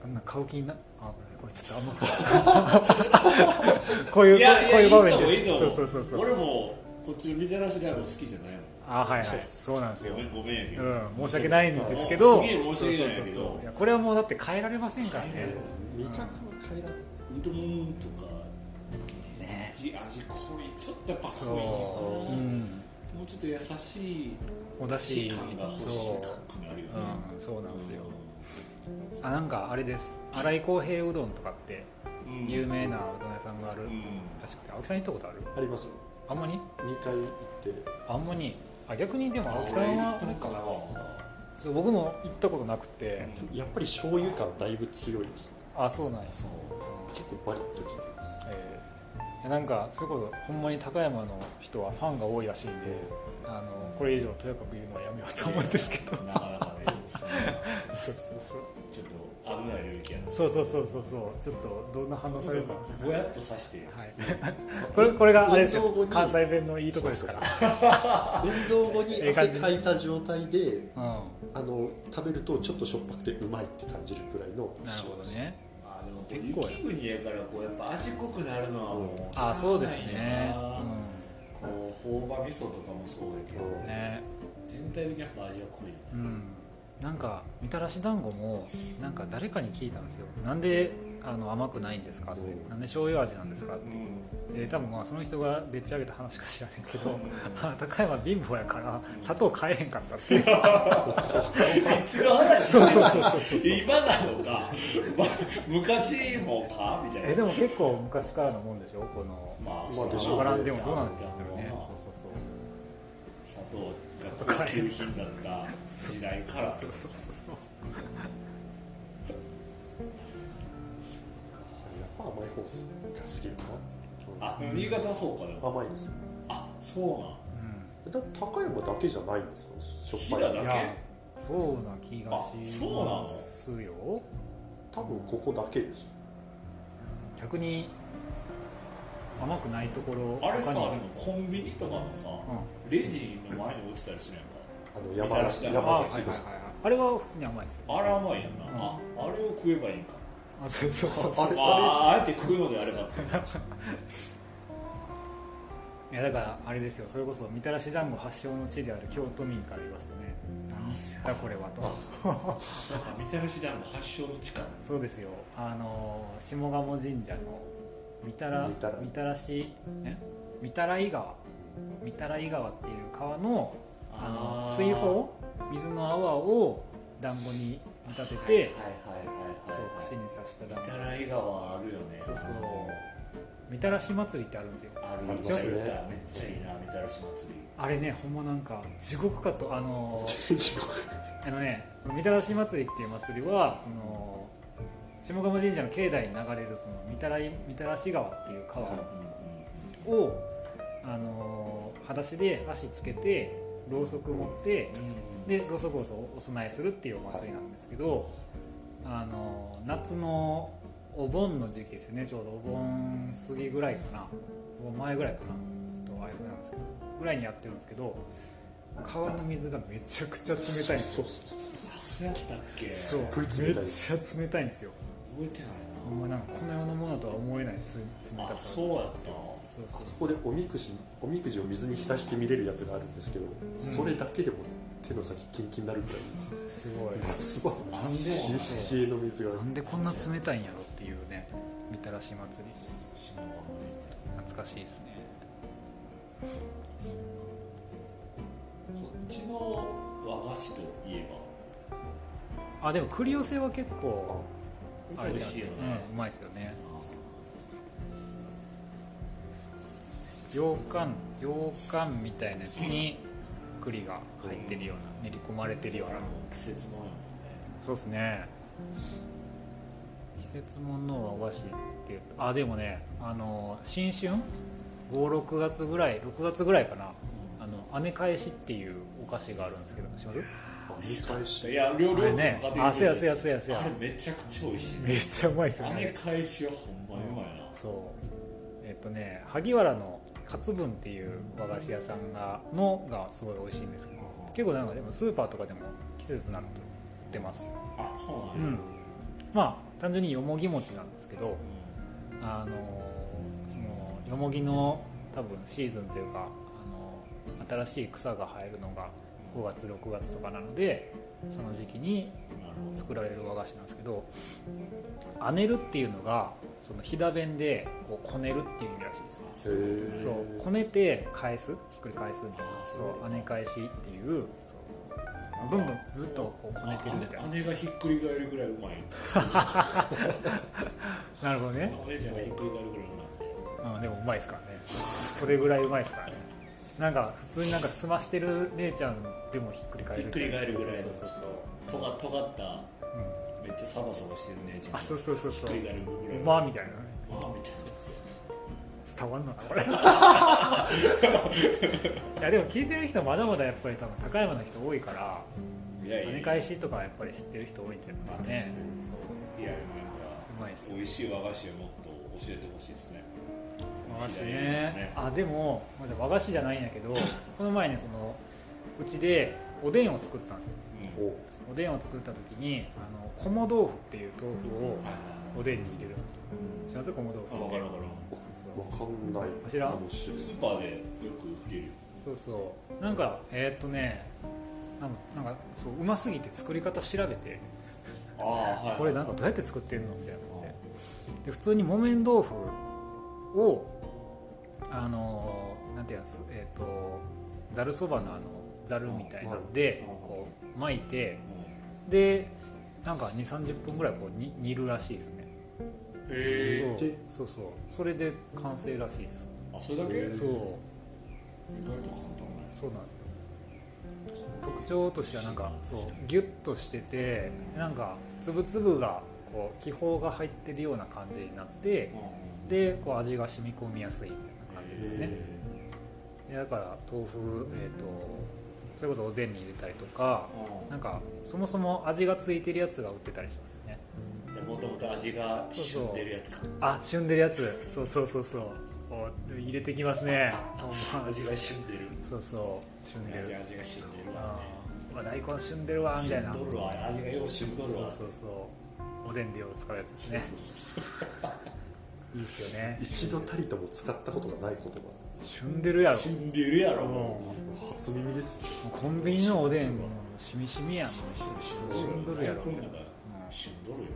Speaker 1: あんな買う気になあこれちょっとあんま こういうこういう場面で
Speaker 2: いいと思ういいと思う
Speaker 1: そうそうそうそう
Speaker 2: 俺もこっちのみたらしライブ好きじゃない
Speaker 1: あはいはいそうなんですよ
Speaker 2: もんごめんごめんやけど、
Speaker 1: うん、申し訳ないんですけど、
Speaker 2: すげえ申し訳な
Speaker 1: そ
Speaker 2: いんや
Speaker 1: う
Speaker 2: け
Speaker 1: そう
Speaker 2: ど
Speaker 1: そうそういやこれはもうだって変えられませんからね、
Speaker 3: 味覚は階段
Speaker 2: うどんとか
Speaker 1: ね
Speaker 2: 味味濃いちょっとやっぱ濃い
Speaker 1: そう、
Speaker 2: な
Speaker 1: う、ん、
Speaker 2: もうちょっと優しい
Speaker 1: おだし、
Speaker 2: 感が欲し
Speaker 1: そ
Speaker 2: くなるよね
Speaker 1: う、うん、そうなんですよ、あなんかあれです、新井康平うどんとかって、
Speaker 2: うん
Speaker 1: 有名なうどん屋さんがある
Speaker 2: うん
Speaker 1: らしくて、青木さん行ったことある
Speaker 3: ありますよ
Speaker 1: あんまり
Speaker 3: 2回行って
Speaker 1: あんまりあ逆にでも青木さ
Speaker 2: 俺
Speaker 1: ん
Speaker 2: 行
Speaker 1: は
Speaker 2: った
Speaker 1: な
Speaker 2: の
Speaker 1: ん
Speaker 2: かな
Speaker 1: かそう僕も行ったことなくて、
Speaker 3: やっぱり醤油感だいぶ強いです
Speaker 1: あそうなんや、
Speaker 2: そう
Speaker 3: 結構バリッときてます
Speaker 1: えーいやなんかそれこそほんまに高山の人はファンが多いらしいんで、あのこれ以上とやかく言うのはやめようと思うんですけ ど
Speaker 2: なかなかね
Speaker 1: そうそうそう
Speaker 2: ちょっと危ない領域やな
Speaker 1: そうそうそうそうそうちょっとどんな反応されるかは
Speaker 2: ぼやっとさして
Speaker 1: い これこれがあれです
Speaker 3: 運動後
Speaker 1: よ
Speaker 3: に
Speaker 1: 関西弁のいいとこですから
Speaker 3: 運動後に
Speaker 1: ええ感じ
Speaker 3: 汗かいた状態で
Speaker 1: うん
Speaker 3: あの食べるとちょっとしょっぱくてうまいって感じるくらいの
Speaker 1: なるほどね
Speaker 2: あでも
Speaker 1: 結
Speaker 2: 結
Speaker 1: 構
Speaker 2: 構
Speaker 1: や
Speaker 2: 雪国やからこうやっぱ味濃くなるのはもうしゃあ
Speaker 1: あ
Speaker 2: ない
Speaker 1: そうですね、
Speaker 2: なこう朴葉味噌とかもそうやけど
Speaker 1: うん、ね
Speaker 2: 全体的にやっぱ味が濃いよね
Speaker 1: うんなんかみたらし団子もなんか誰かに聞いたんですよなんであの甘くないんですかって
Speaker 3: うん
Speaker 1: なんで醤油味なんですかって
Speaker 2: うん
Speaker 1: えー多分まあその人がでっち上げた話か知らねえけどあ高山貧乏やから砂糖買えへんかったっていう
Speaker 2: いつの話してる今なのかま昔もかみ た
Speaker 1: え
Speaker 2: いな
Speaker 1: でも結構昔からのもんでしょこの
Speaker 2: まあ
Speaker 3: まあでし
Speaker 1: わ
Speaker 3: ょう
Speaker 1: からんでもどうなんでしょうね
Speaker 2: まあ
Speaker 1: そうそうそう
Speaker 2: 砂糖が高級品だった時代から
Speaker 1: そうそうそうそう
Speaker 3: やっぱ甘い方が好きだな
Speaker 2: あ新潟はそうかで
Speaker 3: うん
Speaker 2: も
Speaker 3: 甘いです
Speaker 2: あそう
Speaker 3: でも高山だけじゃないんですかしょっぱい
Speaker 1: うんい
Speaker 2: だけ
Speaker 1: やそうな気が
Speaker 2: あ
Speaker 1: し
Speaker 2: そうなの
Speaker 1: ますよ
Speaker 3: 多分ここだけですよ
Speaker 1: 逆に甘くないところ
Speaker 2: なんあれさ
Speaker 1: 他
Speaker 2: で
Speaker 1: に
Speaker 2: もコンビニとかのさレジの前に置いてたりするやんか
Speaker 3: あの
Speaker 2: み
Speaker 3: 山
Speaker 2: たらし
Speaker 3: 梨
Speaker 2: だ
Speaker 3: 山
Speaker 1: あはい
Speaker 3: 崎
Speaker 1: はい
Speaker 3: の
Speaker 1: はい あれは普通に甘いですよ
Speaker 2: あれ甘いやんなああれを食えばいいんか
Speaker 1: あそうそうそう
Speaker 3: あれ
Speaker 2: あああえて食うのであればって
Speaker 1: いやだからあれですよそれこそみたらし団子発祥の地である京都民から言わすとね
Speaker 2: 何す
Speaker 1: だこれはと
Speaker 2: なんかみたらし団子発祥の地か
Speaker 1: そうですよあのー下鴨神社のみたら
Speaker 3: みたら
Speaker 1: みたらしえみたらい川みたらい川っていう川のあの
Speaker 2: あー
Speaker 1: 水泡水の泡を団子に見立てて
Speaker 2: はいはい
Speaker 1: そう
Speaker 2: はいはい
Speaker 1: 串に刺した団
Speaker 2: み
Speaker 1: 子
Speaker 2: たらい川あるよね
Speaker 1: そうそうみたらし祭りってあるんですよ
Speaker 2: ある
Speaker 3: あ
Speaker 2: めっ
Speaker 3: り
Speaker 2: ち
Speaker 3: ま
Speaker 2: ゃ
Speaker 3: すね
Speaker 2: めっちゃいいなみたらし祭り
Speaker 1: あれねほんまなんか地獄かとあ のー
Speaker 3: 地獄
Speaker 1: あのね、そのみたらし祭りっていう祭りはその下鴨神社の境内に流れるそのみたらいみたらし川っていう川
Speaker 3: は
Speaker 1: を、あのー裸足で足つけてろうそく持って、
Speaker 2: で
Speaker 1: でろうそくをそうお供えするっていうお祭りなんですけど、あのー夏のお盆の時期ですねちょうどお盆過ぎぐらいかなお盆前ぐらいかなちょっとあれなんですけどぐらいにやってるんですけど川の水がめちゃくちゃ冷たいんですよ
Speaker 3: そうそう
Speaker 2: あそうやったっけ
Speaker 1: そう
Speaker 3: 食いつ
Speaker 1: め
Speaker 3: め
Speaker 1: った
Speaker 3: い
Speaker 1: ちゃ冷たいんですよ
Speaker 2: 覚えてない
Speaker 1: ほんまなんかこの世のものとは思えないつ冷た
Speaker 2: な
Speaker 1: さ
Speaker 2: あそうやっ
Speaker 1: そ
Speaker 2: た
Speaker 1: うそ
Speaker 3: あ
Speaker 1: う
Speaker 3: そこでおみくじおみくじを水に浸して見れるやつがあるんですけど、それだけでも手の先キンキンになるくらい
Speaker 1: すごい
Speaker 3: 夏場の
Speaker 2: なんで
Speaker 3: 冷え冷えの水が
Speaker 1: なんでこんな冷たいんやろっていうねみたらし祭り
Speaker 2: 島の
Speaker 1: 懐かしいですね
Speaker 2: こっちの和菓子といえ
Speaker 1: あでも栗寄せは結構
Speaker 2: ば
Speaker 1: あれ
Speaker 2: 美
Speaker 1: じ
Speaker 2: 味
Speaker 1: ゃない
Speaker 2: しい
Speaker 1: ですか
Speaker 2: よね
Speaker 1: うんうまいですよね羊羹羊羹みたいなやつに栗が入ってるような練り込まれてるよう
Speaker 2: あ
Speaker 1: な
Speaker 2: の季節もんやもんね
Speaker 1: そうですね季節ものは和紙っていうあでもねあの新春56月ぐらい6月ぐらいかなあの姉返しっていうお菓子があるんですけどします
Speaker 3: 見返し
Speaker 2: いや両
Speaker 1: あ
Speaker 2: 両
Speaker 1: れねあそうやそうやそうやそうや
Speaker 2: あれめちゃくちゃ美味しい
Speaker 1: めっちゃうまいですよ
Speaker 2: あれ
Speaker 1: ね
Speaker 2: 返しはほんまにうまいな
Speaker 1: そうえっとね萩原の勝文っていう和菓子屋さんがのがすごい美味しいんですけど結構なんかでもスーパーとかでも季節になると売ってます
Speaker 2: あそう
Speaker 1: う
Speaker 2: なん
Speaker 1: ん
Speaker 2: や
Speaker 1: まあ単純によもぎ餅なんですけどあのそのよもぎの多分シーズンというか、あの新しい草が生えるのが5月6月とかなのでその時期に
Speaker 2: なるほど
Speaker 1: 作られる和菓子なんですけどあねるっていうのがその飛騨弁でこうこねるっていう意味らしいです
Speaker 3: へー
Speaker 1: そうこねて返すひっくり返すみたいな
Speaker 2: あーそういうこと
Speaker 1: そう姉返しっていうそうどんどんずっとこうこねてるみたい
Speaker 2: あ姉がひっくり返るぐらいうまい
Speaker 1: ななるほどね、
Speaker 2: 姉じゃんがひっくり返るぐらいうまい
Speaker 1: うん、でもうまいですからねそれぐらいうまいですからねなんか普通になんか済ましてる姉ちゃんでもひっくり返
Speaker 2: ひ
Speaker 1: る
Speaker 2: っくり返るぐらい
Speaker 1: そ
Speaker 2: の
Speaker 1: う
Speaker 2: ち
Speaker 1: そう
Speaker 2: ょ
Speaker 1: そう
Speaker 2: っととが尖っためっちゃサバサバしてる姉ちゃん
Speaker 1: あそうそうそう
Speaker 2: ひっ
Speaker 1: そ
Speaker 2: く
Speaker 1: う
Speaker 2: り返るぐらいうう
Speaker 1: ま
Speaker 2: ま
Speaker 1: っみたいなね
Speaker 2: いわあみたいな
Speaker 1: 伝わんのかなこれいやでも聞いてる人まだまだやっぱり多分高山の人多いから
Speaker 2: いやいや
Speaker 1: 跳ね返しとかやっぱり知ってる人多いんじゃないですかね
Speaker 2: いやいや
Speaker 1: うまいっすよ
Speaker 2: 美味しい和菓子をもっと教えてほしいですね
Speaker 1: 和菓子ね
Speaker 2: 左
Speaker 1: あでもごめんなさい和菓子じゃないんやけどこの前ねそのうちでおでんを作ったんですよ
Speaker 2: うん
Speaker 3: お
Speaker 1: おでんを作った時にあの小も豆腐っていう豆腐を
Speaker 2: はい
Speaker 1: おでんに入れるんですよ知らず小も豆
Speaker 2: あ
Speaker 1: 腐
Speaker 2: 分
Speaker 1: っ
Speaker 2: か
Speaker 1: て
Speaker 2: る分かる
Speaker 1: そ
Speaker 3: わ
Speaker 1: う
Speaker 3: かんない
Speaker 1: 知らん
Speaker 3: かもしれない
Speaker 2: スーパーでよく売ってるよ
Speaker 1: そうそうなんかえーっとねなんかなんかそううますぎて作り方調べて
Speaker 2: ああはい
Speaker 1: これなんかどうやって作ってるのみたいなのでで普通に木綿豆腐をあのーなんていうのすえっ、とざるそばのあのざるみたいなんで
Speaker 2: うんうん
Speaker 1: こう巻いて
Speaker 2: うん
Speaker 1: でなんか2 3 0分ぐらいこうに煮るらしいですね
Speaker 2: へえ
Speaker 3: で
Speaker 1: そうそうそうそれで完成らしいです
Speaker 2: あそれだけ
Speaker 3: へ
Speaker 2: 意
Speaker 3: ー
Speaker 1: そう
Speaker 2: 外と簡単なんや
Speaker 1: そうなんですよ特徴としてはなんかそうギュッとしててなんか粒々がこう気泡が入ってるような感じになって、
Speaker 2: うん
Speaker 1: でこう味が染み込みやすいみたいな感じですね、
Speaker 2: へ
Speaker 1: でだから豆腐、えー、とそれこそおでんに入れたりとか
Speaker 2: ー
Speaker 1: なんかそもそも味がついてるやつが売ってたりしますよね
Speaker 2: うんもともと味が染んでるやつか
Speaker 1: あ旬でるやつそうそうそうそうお入れてきます ねほんま
Speaker 2: 味が染んでる
Speaker 1: そうそう旬で
Speaker 2: 味
Speaker 1: る
Speaker 2: 味が染んでる
Speaker 1: あ
Speaker 2: わ
Speaker 1: ーうわ大根旬でるわみたいな
Speaker 2: 染んどるわ味がよう染んど
Speaker 1: そう
Speaker 2: る
Speaker 1: そう
Speaker 2: わ
Speaker 1: そうおでんでよう使うやつですね
Speaker 2: そうそうそう
Speaker 1: いいですよね
Speaker 3: 一度たりとも使ったことがない言葉
Speaker 1: 旬でるやろ
Speaker 2: 死んでるやろ
Speaker 1: も
Speaker 2: も
Speaker 1: うも
Speaker 3: 初耳ですよ
Speaker 1: うコンビニのおでんもうしみしみや
Speaker 2: うん死ん
Speaker 1: 死んどるやろ
Speaker 2: 大根なんか死んどるよ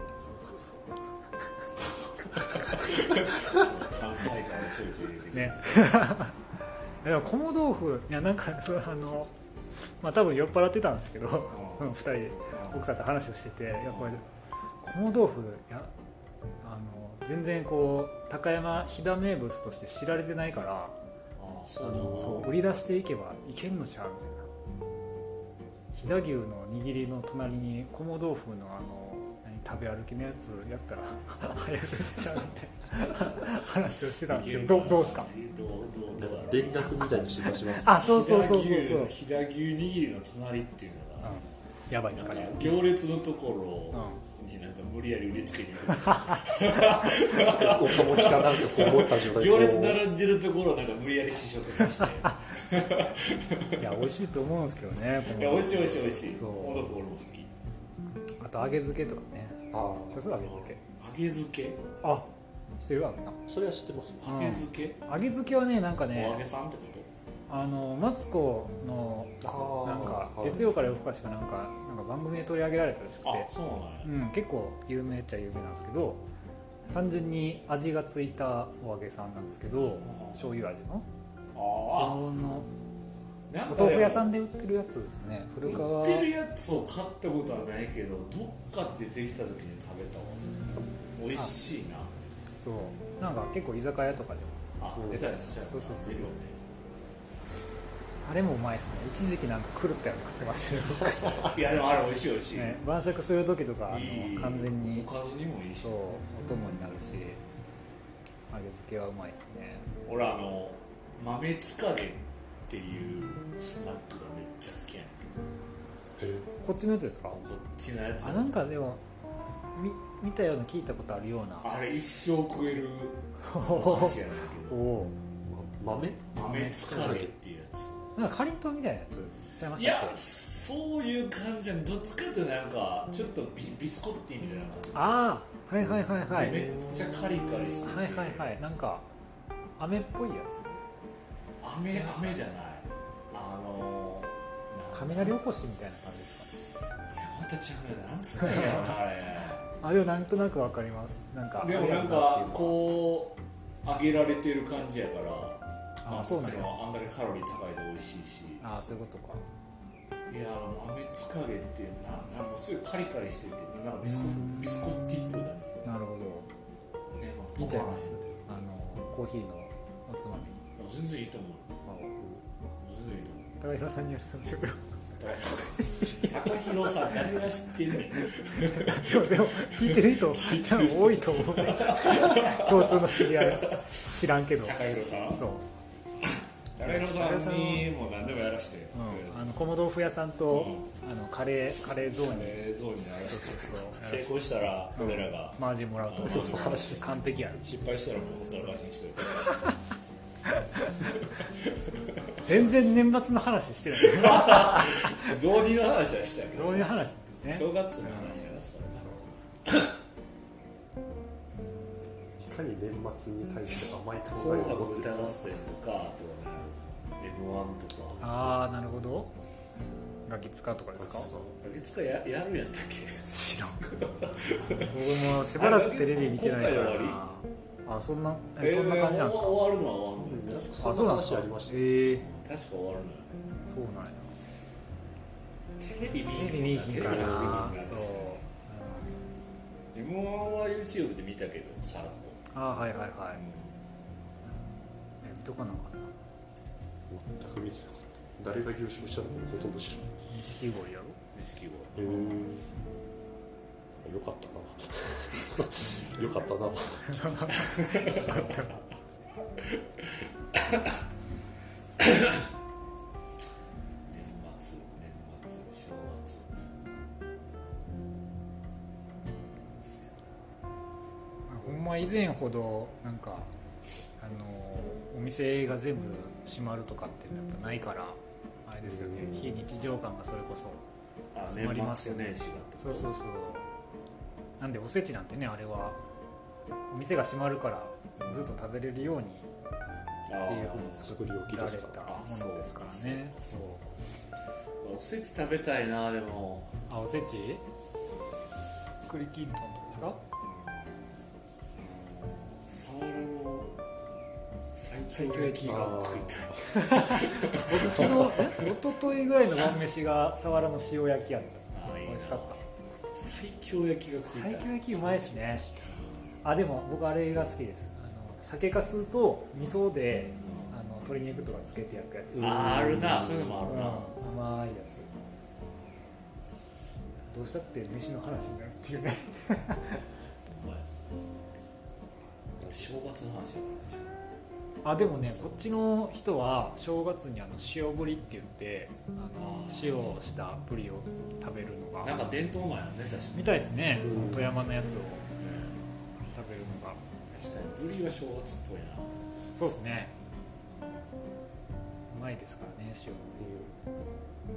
Speaker 2: 関西からちょいちょい入れてくる
Speaker 1: ね でも小豆腐いやなんかそうあのまあ多分酔っ払ってたんですけど
Speaker 2: う
Speaker 1: 二人で
Speaker 2: うん
Speaker 1: 奥さんと話をしてていやこれ小豆腐いやあの全然こう高山飛騨名物として知られてないから
Speaker 2: ああ
Speaker 1: あ
Speaker 2: そう
Speaker 1: の
Speaker 2: だな
Speaker 1: そう売り出していけばいけんのちゃうみたいな飛騨牛の握りの隣に小豆腐のあの何食べ歩きのやつやったら 早く売っちゃうみたいな 話をしてたんですけどどうどうですか
Speaker 2: どうど
Speaker 3: な
Speaker 2: うどうんだろ
Speaker 3: か
Speaker 2: う
Speaker 3: 電楽みたいにして出します
Speaker 1: あそうそうそうそうそう
Speaker 2: 飛騨牛握りの隣っていうのが
Speaker 1: うんやばいです
Speaker 2: な
Speaker 1: か
Speaker 2: ん
Speaker 1: ね
Speaker 2: か行列のところになんか無理やり売りつけに行くんですよ
Speaker 3: おかもきかなんかこう持った状態で
Speaker 2: 行列並んでるところをなんか無理やり試食させてい
Speaker 1: いや美味しいと思うんですけどねこの
Speaker 2: や美味しい美味しい美味しい
Speaker 1: そう
Speaker 2: モドフ俺も好き
Speaker 1: あと揚げ漬けとかね
Speaker 3: あ
Speaker 1: しょす揚げ漬け
Speaker 2: 揚げ漬け
Speaker 1: あしてるあさん
Speaker 3: あそれは知ってます
Speaker 2: 揚げ漬け、
Speaker 1: 揚げ漬けはねなんか
Speaker 2: お揚げ
Speaker 1: ね
Speaker 2: さんってこと
Speaker 1: あのマツコの
Speaker 3: あー
Speaker 1: なんか
Speaker 3: はい
Speaker 1: 月曜から夜更かしかなんかなんか番組で取り上げられたらしく
Speaker 2: あ
Speaker 1: て、
Speaker 2: そう
Speaker 1: う
Speaker 2: なんや、
Speaker 1: ん、結構有名っちゃ有名なんですけど単純に味がついたお揚げさんなんですけど醤油味のそ
Speaker 2: あ
Speaker 1: の
Speaker 2: あなん
Speaker 1: お
Speaker 2: か
Speaker 1: 豆腐屋さんで売ってるやつですね古川
Speaker 2: 売ってるやつを買ったことはないけどどっかでできた時に食べたわ美味しいな
Speaker 1: そうなんか結構居酒屋とかでも
Speaker 2: あ
Speaker 3: うん
Speaker 2: 出たりし
Speaker 1: そうそうそう
Speaker 2: 出るよね
Speaker 1: あれもうまいですね一時期なんか狂ったように食ってましたよ、
Speaker 2: いやでもあれ美味しい美味しい、
Speaker 1: ね、晩酌する時とかあの
Speaker 2: いい
Speaker 1: 完全に
Speaker 2: おかずにもいいし
Speaker 1: そうお供になるし揚げ漬けはうまいですね
Speaker 2: 俺あの豆つかげっていうスナックがめっちゃ好きやね
Speaker 3: え
Speaker 2: んけ
Speaker 1: こっちのやつですか
Speaker 2: どこっちのやつ
Speaker 1: あなんかでもみ見たような聞いたことあるような
Speaker 2: あれ一生食えるお菓子やねんけ
Speaker 1: おお
Speaker 3: ま豆
Speaker 2: ど豆つかげっていうやつ
Speaker 1: なんかかりんとうみたいなやつちゃいま
Speaker 2: い
Speaker 1: したっけ
Speaker 2: やそういう感じやんどっちかっていうとなんかちょっとビビスコッティみたいな感じ
Speaker 1: ああはいはいはいはい
Speaker 2: でめっちゃカリカリしてて
Speaker 1: はいはいはいなんか飴っぽいや
Speaker 2: 雨雨じゃないあの
Speaker 1: つ
Speaker 2: なんい
Speaker 1: 雷おこしみたいな感じです
Speaker 2: やまたちゃうねなんつったんやろなあれ
Speaker 1: かあでもなんとなくわかりますなん か
Speaker 2: でもなんかこう揚げられてる感じやから
Speaker 1: あ
Speaker 2: まあ
Speaker 1: そう
Speaker 2: も
Speaker 1: なん
Speaker 2: ち
Speaker 1: や
Speaker 2: ろんあんまりカロリー高いで美味しいし
Speaker 1: ああそういうことか
Speaker 2: いや豆つかげってなんなんもうすごいカリカリしててなんかビスコ
Speaker 1: うん
Speaker 2: ビスコッティっぽい感じ
Speaker 1: なるほ
Speaker 2: ねまあ
Speaker 1: どいいんちゃいます
Speaker 2: ま
Speaker 1: あのコーヒーのおつまみ
Speaker 2: あ全然いいと思う
Speaker 1: まあ
Speaker 2: 全然いいと思う
Speaker 1: 僕高弘さんにやるさんですよ
Speaker 2: 高弘さん何が知ってんねん
Speaker 1: で もでも聞いてる人多分多いと思うね共通の知り合い知らんけど
Speaker 2: 高弘さん
Speaker 1: そう、
Speaker 2: 高弘さんにもう何でもやらして、
Speaker 1: うん、あの小豆腐屋さんと、あのカレーカレーゾーンに
Speaker 2: 冷蔵庫にやらして
Speaker 1: そうそう
Speaker 2: 成功したら俺らが
Speaker 1: マージンもらうと
Speaker 2: そうそう
Speaker 1: 完璧やる
Speaker 2: 失敗したらもうほったらかしにしてる
Speaker 1: 全然年末の話してない
Speaker 2: 雑煮の話はしたけ
Speaker 1: ど
Speaker 2: ど
Speaker 1: ういう話ね
Speaker 2: 正月の話やなそれ
Speaker 3: いかに年末に対して甘い考えを
Speaker 2: 紅
Speaker 3: 持
Speaker 2: 白
Speaker 3: って
Speaker 2: 歌
Speaker 3: るか
Speaker 2: 合戦とかあとは m 1とか
Speaker 1: ああなるほどガキ使うとかですか
Speaker 2: いつかややるやったっけ
Speaker 1: 知らん僕もしばらくテレビ見てないから
Speaker 2: あれ今
Speaker 1: なあそんなえそんな感じなんですか
Speaker 2: えー終わるのは終わるのよ、
Speaker 3: そ
Speaker 1: あ
Speaker 3: んな
Speaker 1: そうなんです
Speaker 3: 話
Speaker 1: か
Speaker 3: ありました
Speaker 1: え
Speaker 3: よ
Speaker 1: ー、
Speaker 2: 確か終わるのよ
Speaker 1: そうなんや
Speaker 2: テレビ見
Speaker 1: テレビ見えへんから
Speaker 2: テレビの
Speaker 1: な
Speaker 2: 出て
Speaker 1: そう
Speaker 2: きへんから m 1は YouTube で見たけどさらっと
Speaker 1: ああはいはいはいえ見とかなあかんな
Speaker 3: 全く見てなかった誰が優勝したのかもほとんど知らない
Speaker 1: 錦鯉やろ
Speaker 2: 錦鯉
Speaker 3: へえよかったなよかったな
Speaker 2: 年末年末正月
Speaker 1: ほんま以前ほどなんかあのお店が全部閉まるとかってやっぱないからあれですよね非日常感がそれこそ
Speaker 2: あ
Speaker 1: 集まりますよね
Speaker 2: 年末年始だった
Speaker 1: そうそうそうなんでおせちなんてねあれはお店が閉まるからずっと食べれるように
Speaker 2: あ
Speaker 1: っ
Speaker 2: あ
Speaker 1: ていうふうに作られた
Speaker 2: あ
Speaker 1: も
Speaker 2: そう
Speaker 1: のですからね
Speaker 2: そうおせち食べたいなでも
Speaker 1: あおせち栗きんとんとかですか
Speaker 2: サワラの最強焼きが食いたい
Speaker 1: 僕 昨日一昨日ぐらいの晩飯がさわらの塩焼きやった
Speaker 2: あいい
Speaker 1: 美
Speaker 2: な
Speaker 1: 味しかった
Speaker 2: 最強焼きが食いたい
Speaker 1: 西京焼きうまいですねあでも僕あれが好きですあの酒かすと味噌であの鶏肉とかつけて焼くやつ、うん、
Speaker 2: ああるなそういうのもあるな、
Speaker 1: 甘いやつどうしたって飯の話になるっていうね
Speaker 2: お前正月の話やからね
Speaker 1: あでもねこっちの人は正月にあの塩ぶりって言ってあの
Speaker 2: あー
Speaker 1: 塩をしたぶりを食べるの
Speaker 2: なんか
Speaker 1: が
Speaker 2: 伝統なんやね確かに
Speaker 1: みたいですね、
Speaker 3: うん
Speaker 1: その富山のやつを食べるのが
Speaker 2: 確かにブリは正月っぽいな
Speaker 1: そうですねうまいですからね塩ぶり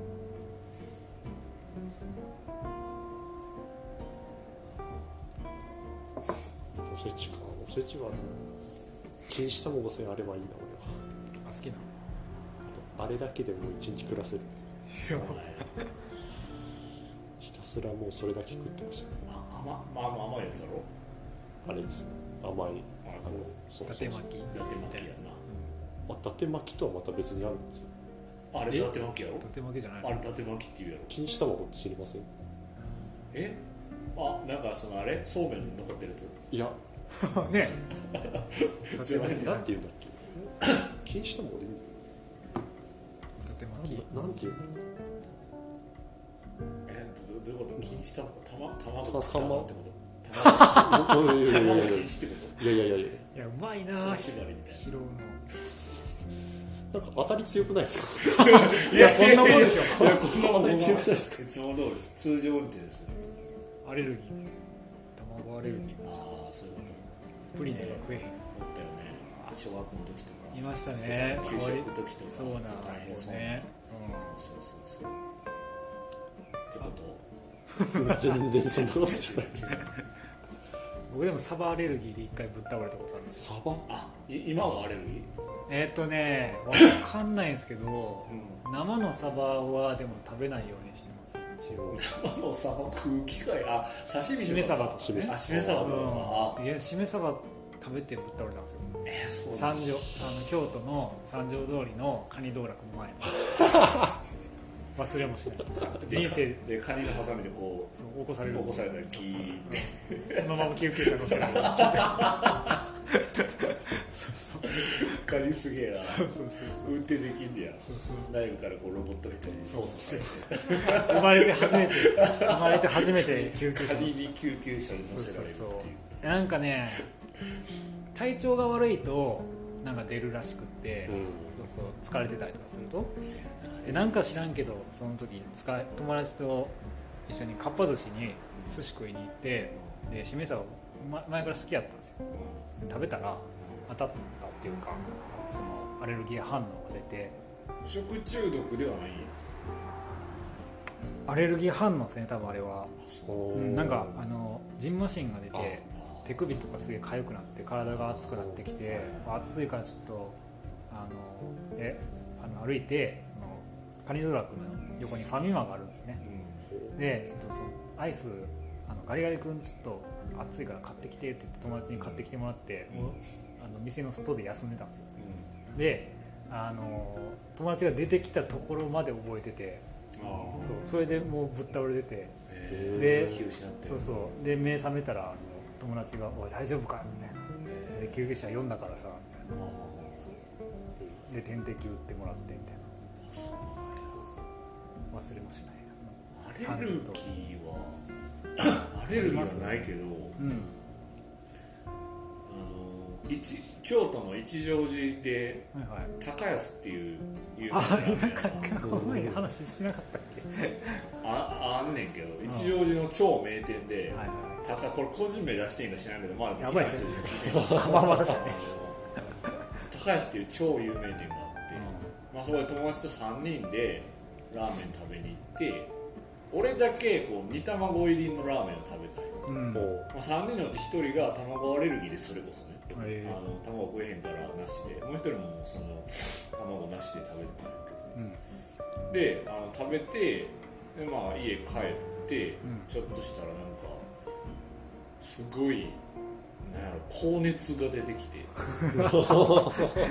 Speaker 3: おせちかおせちは錦糸卵さえあればいいな俺
Speaker 1: あ好きなの
Speaker 3: はあれだけでもう一日暮らせる
Speaker 1: そう
Speaker 3: ひたすらもうそれだけ食ってましたね
Speaker 2: あ甘まあ甘いやつだろ
Speaker 3: あれですね甘い
Speaker 2: あ
Speaker 3: あのそうそ
Speaker 1: 縦
Speaker 3: う
Speaker 1: 巻き
Speaker 2: 伊達巻きやな
Speaker 3: あ伊達巻きとはまた別にあるんですよ
Speaker 2: あれ伊達巻きやろ
Speaker 1: 縦巻きじゃない
Speaker 2: あれ伊達巻きっていうやろ
Speaker 3: 錦糸卵って知りません
Speaker 2: えあなんかそのあれそうめんに残ってるやつ
Speaker 3: いや
Speaker 1: の ね縦巻きじゃ
Speaker 3: な
Speaker 1: なんい
Speaker 3: て言うんだっけ錦糸卵でいいんだよ
Speaker 1: 手巻き
Speaker 3: なんなんていうんだろう
Speaker 2: えどどういうこと禁止卵卵
Speaker 3: た
Speaker 2: 卵卵ってこと卵
Speaker 3: おいやいやいやい
Speaker 2: 卵
Speaker 3: や
Speaker 2: 禁止ってこ
Speaker 3: いやいやいやいや
Speaker 1: いやうまい
Speaker 2: と
Speaker 1: な
Speaker 2: そ
Speaker 1: ぁ
Speaker 2: う縛りみたい
Speaker 1: 拾うの
Speaker 3: なんか当たり強くないですか
Speaker 2: ないや
Speaker 1: こんなもんでし
Speaker 3: いやこんな当たり強くないですか
Speaker 2: いつも通り通常運転ですね
Speaker 1: ょアレルギー卵アレルギー
Speaker 2: ああそういうこと
Speaker 1: プリンとか食えへん
Speaker 2: 思ったよね小学校の時とか
Speaker 1: いましたね
Speaker 2: 給食の時とか
Speaker 1: そうなんだ
Speaker 2: 大変そう
Speaker 1: ね、
Speaker 2: そうそうそうそうってこと
Speaker 3: 全然そんなことじゃない
Speaker 1: うん、僕でもサバアレルギーで一回ぶっ倒れたことあるんです
Speaker 3: サバ
Speaker 2: あい今はアレルギー
Speaker 1: えーっとね わかんないんですけど、生のサバはでも食べないようにしてます一応
Speaker 2: 生のサバ食う機会あ刺身
Speaker 1: しめサバと
Speaker 2: と
Speaker 1: か
Speaker 2: か
Speaker 1: ね
Speaker 2: あしめサバとか
Speaker 1: うんいやしめ鯖食べてぶっ倒れたんですよ
Speaker 2: あえーそうな
Speaker 1: 三
Speaker 2: んだ
Speaker 1: 条あの京都の三条通りのカニ道楽の前の忘れもしない人生
Speaker 2: でカニのハサミでこう
Speaker 1: 起こされる
Speaker 2: 起こされたらギーって
Speaker 1: そのまま救急車乗せられる
Speaker 2: カニすげえな
Speaker 1: そうそうそう
Speaker 2: 運転できんねや
Speaker 1: そうそう
Speaker 2: 内部からこうロボットみたいに操作 して
Speaker 1: 生まれて初めて生まれて初めて救急車
Speaker 2: カニに救急車に乗
Speaker 1: そう
Speaker 2: せ
Speaker 1: そ
Speaker 2: ら
Speaker 1: う
Speaker 2: れるってい
Speaker 1: そううなんかね体調が悪いとなんか出るらしくって、
Speaker 3: うん
Speaker 1: そうそう疲れてたりとかすると
Speaker 2: せやな
Speaker 1: でなんか知らんけどその時使い友達と一緒にかっぱ寿司に寿司食いに行ってでしめ鯖をま前から好きやったんですよで食べたら当たったっていうかそのアレルギー反応が出て
Speaker 2: 食中毒ではない
Speaker 1: アレルギー反応ですね多分あれは、
Speaker 3: お
Speaker 1: う
Speaker 3: ー
Speaker 1: んなんかあのジンマシンが出
Speaker 3: あ
Speaker 1: て手首とかすげえ痒くなって体が熱くなってきて暑いからちょっとあのえあの歩いてそのカニドラッグの横にファミマがあるんですよねでちょっとそのアイスあのガリガリ君ちょっと暑いから買ってきてって言って友達に買ってきてもらって、もうあの店の外で休んでたんですよであの友達が出てきたところまで覚えてて
Speaker 2: ああ
Speaker 1: そうそれでもうぶっ倒れてて
Speaker 2: えー
Speaker 1: で
Speaker 2: 気を失って
Speaker 1: そうそうで目覚めたらあの友達が「おい大丈夫か?」みたいな「で救急車呼んだからさ」みたいな
Speaker 2: あ
Speaker 1: で点滴打ってもらってみたいなそうそう忘れもしない
Speaker 2: ーアレルギーはアレルギーはないけど
Speaker 1: うん
Speaker 2: あの一京都の一乗寺で
Speaker 1: はいはい
Speaker 2: 高安っていう有名な
Speaker 1: あ
Speaker 2: ラーメン
Speaker 1: なん
Speaker 2: 屋
Speaker 1: か
Speaker 2: さん
Speaker 1: この前に話しなかったっけ
Speaker 2: ああんねんけど一乗寺の超名店で
Speaker 1: はいはい
Speaker 2: 高これ個人名出していいんか知らんけどまあ
Speaker 1: やばいっすね
Speaker 2: 非難してる
Speaker 1: まあまあ確か
Speaker 2: あの高安っていう超有名店があって、まあ、そこで友達と3人でラーメン食べに行って俺だけこう煮卵入りのラーメンを食べたい、
Speaker 1: にうん
Speaker 3: も
Speaker 1: は
Speaker 3: う
Speaker 2: まあ、3人のうち1人が卵アレルギーでそれこそね、
Speaker 1: い
Speaker 2: あの卵食えへんからなしでもう1人もその卵なしで食べてたんやけど
Speaker 1: うん
Speaker 2: であの食べてで、まあ、家帰って、
Speaker 1: ん
Speaker 2: ちょっとしたらなんかすごいなんやろ高熱が出てきて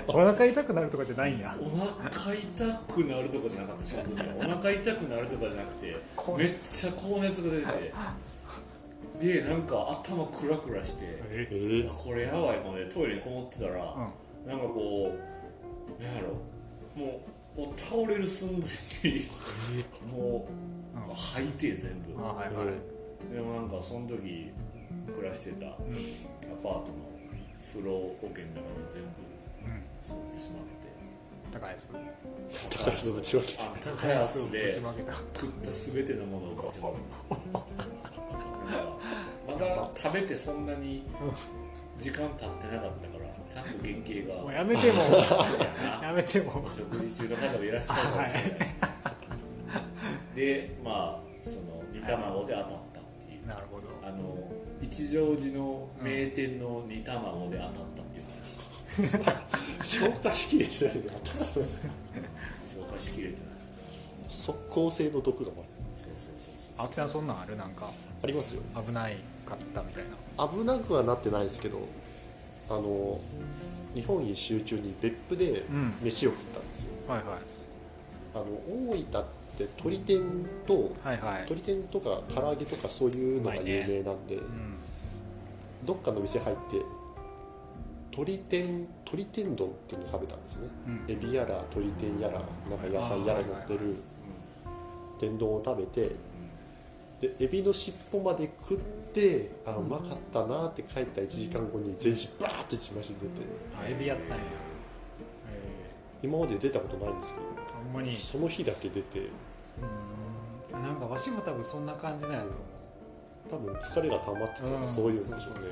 Speaker 1: お腹痛くなるとかじゃないんや
Speaker 2: お腹痛くなるとかじゃなかったし本当にお腹痛くなるとかじゃなくて
Speaker 1: 高熱
Speaker 2: めっちゃ高熱が出ててでなんか頭クラクラして
Speaker 1: え
Speaker 3: え
Speaker 2: あ
Speaker 3: ー
Speaker 2: これやばいこれトイレにこもってたら、なんかこうなんやろもうこう倒れる寸前にもう吐いて全部
Speaker 1: あはいはい
Speaker 2: でもなんかその時暮らしてたアパートの風呂桶の中
Speaker 1: う
Speaker 2: に全部
Speaker 1: ん
Speaker 2: そう寝しまって
Speaker 1: 高いです
Speaker 3: 高安の内訳
Speaker 2: あ高安
Speaker 1: ぶち
Speaker 2: で
Speaker 1: まけた
Speaker 2: 食った全てのものをぶちまけたなんかまだ食べてそんなに時間経ってなかったからちゃんと原型
Speaker 1: もう
Speaker 2: が
Speaker 1: やめて もやめても
Speaker 2: 食事中の方もいらっしゃるかもしれないでまあその煮卵で当たったっていう
Speaker 1: なるほど
Speaker 2: あの一乗寺の名店の煮卵で当たったっていう話
Speaker 3: 消化しきれてないんだ
Speaker 2: 消化しきれてない
Speaker 3: 速攻性の毒がまあ
Speaker 2: そうそうそうそう
Speaker 1: 青木さんそんなんあるなんか
Speaker 3: ありますよ
Speaker 1: 危ないかったみたいな
Speaker 3: 危なくはなってないですけどあの日本一周中に別府で
Speaker 1: うん
Speaker 3: 飯を食ったんですよ、
Speaker 1: はいは
Speaker 3: あの大分って鶏天と
Speaker 1: いはいはい
Speaker 3: 鶏天とか唐揚げとかそういうのが有名なんで、
Speaker 1: うん
Speaker 3: どっかの店入って鶏天鶏天丼っていうのを食べたんですね、
Speaker 1: うん
Speaker 3: エビやら鶏天やらなんか野菜やら乗ってる天丼を食べてでエビの尻尾まで食ってあうまかったなって帰った1時間後に全身バーって血まし出て
Speaker 1: あエビやったんやえ
Speaker 3: 今まで出たことないんですけど
Speaker 1: ーほんまに
Speaker 3: その日だけ出て
Speaker 1: うんなんかわしも多分そんな感じなんやと思
Speaker 3: 多分疲れが溜まってた
Speaker 1: う、
Speaker 3: と
Speaker 1: ん
Speaker 3: かそういうんでしょうね
Speaker 1: そうそう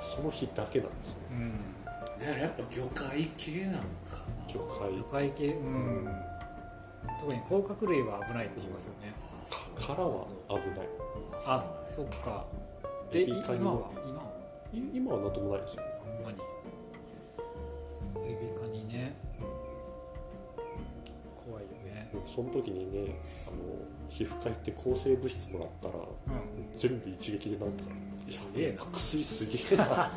Speaker 3: その日だけなんですよ
Speaker 1: そううん
Speaker 2: だからやっぱ魚介系なんかな
Speaker 3: 魚介
Speaker 1: 魚介系うん特に甲殻類は危ないって言いますよね
Speaker 2: あそ
Speaker 3: か
Speaker 2: う
Speaker 3: らは危ない
Speaker 1: あそっか
Speaker 3: エ
Speaker 1: え
Speaker 3: ビ
Speaker 1: い
Speaker 3: カニ
Speaker 1: 今は
Speaker 3: の
Speaker 1: 今はい
Speaker 3: 今は何ともないですよ
Speaker 1: ほんまにエビカニね怖いよね
Speaker 3: その時にねあの皮膚科行って抗生物質もらったら
Speaker 1: うん
Speaker 3: 全部一撃で治ったからいや
Speaker 1: げえな
Speaker 3: 薬すげえな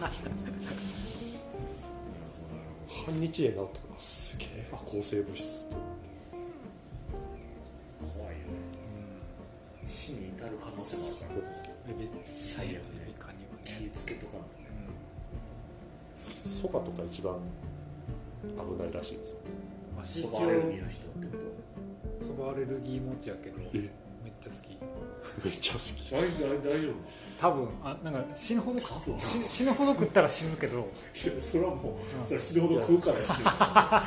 Speaker 3: 半日で治ったからすげえな抗生物質と
Speaker 2: 怖いよね死に至る可能性もあるから
Speaker 1: エビ
Speaker 2: 最悪ね
Speaker 1: エビカニは
Speaker 2: 気
Speaker 1: ね
Speaker 2: ぃつけとかんとね
Speaker 3: そばとか一番危ないらしいですよ
Speaker 1: うんわし
Speaker 2: そ
Speaker 1: 一応
Speaker 2: ばアレルギーの人ってこ
Speaker 1: そばアレルギー持ちやけどめっ
Speaker 3: え
Speaker 1: ちゃ好き
Speaker 3: めっちゃ好き
Speaker 2: と大丈夫大丈夫
Speaker 1: 多分あなんか死ぬほど
Speaker 2: 多分
Speaker 1: 死死ぬほど食ったら死ぬけど
Speaker 2: いやそれはも
Speaker 1: うん
Speaker 2: うそれは死ぬほど食うから してるか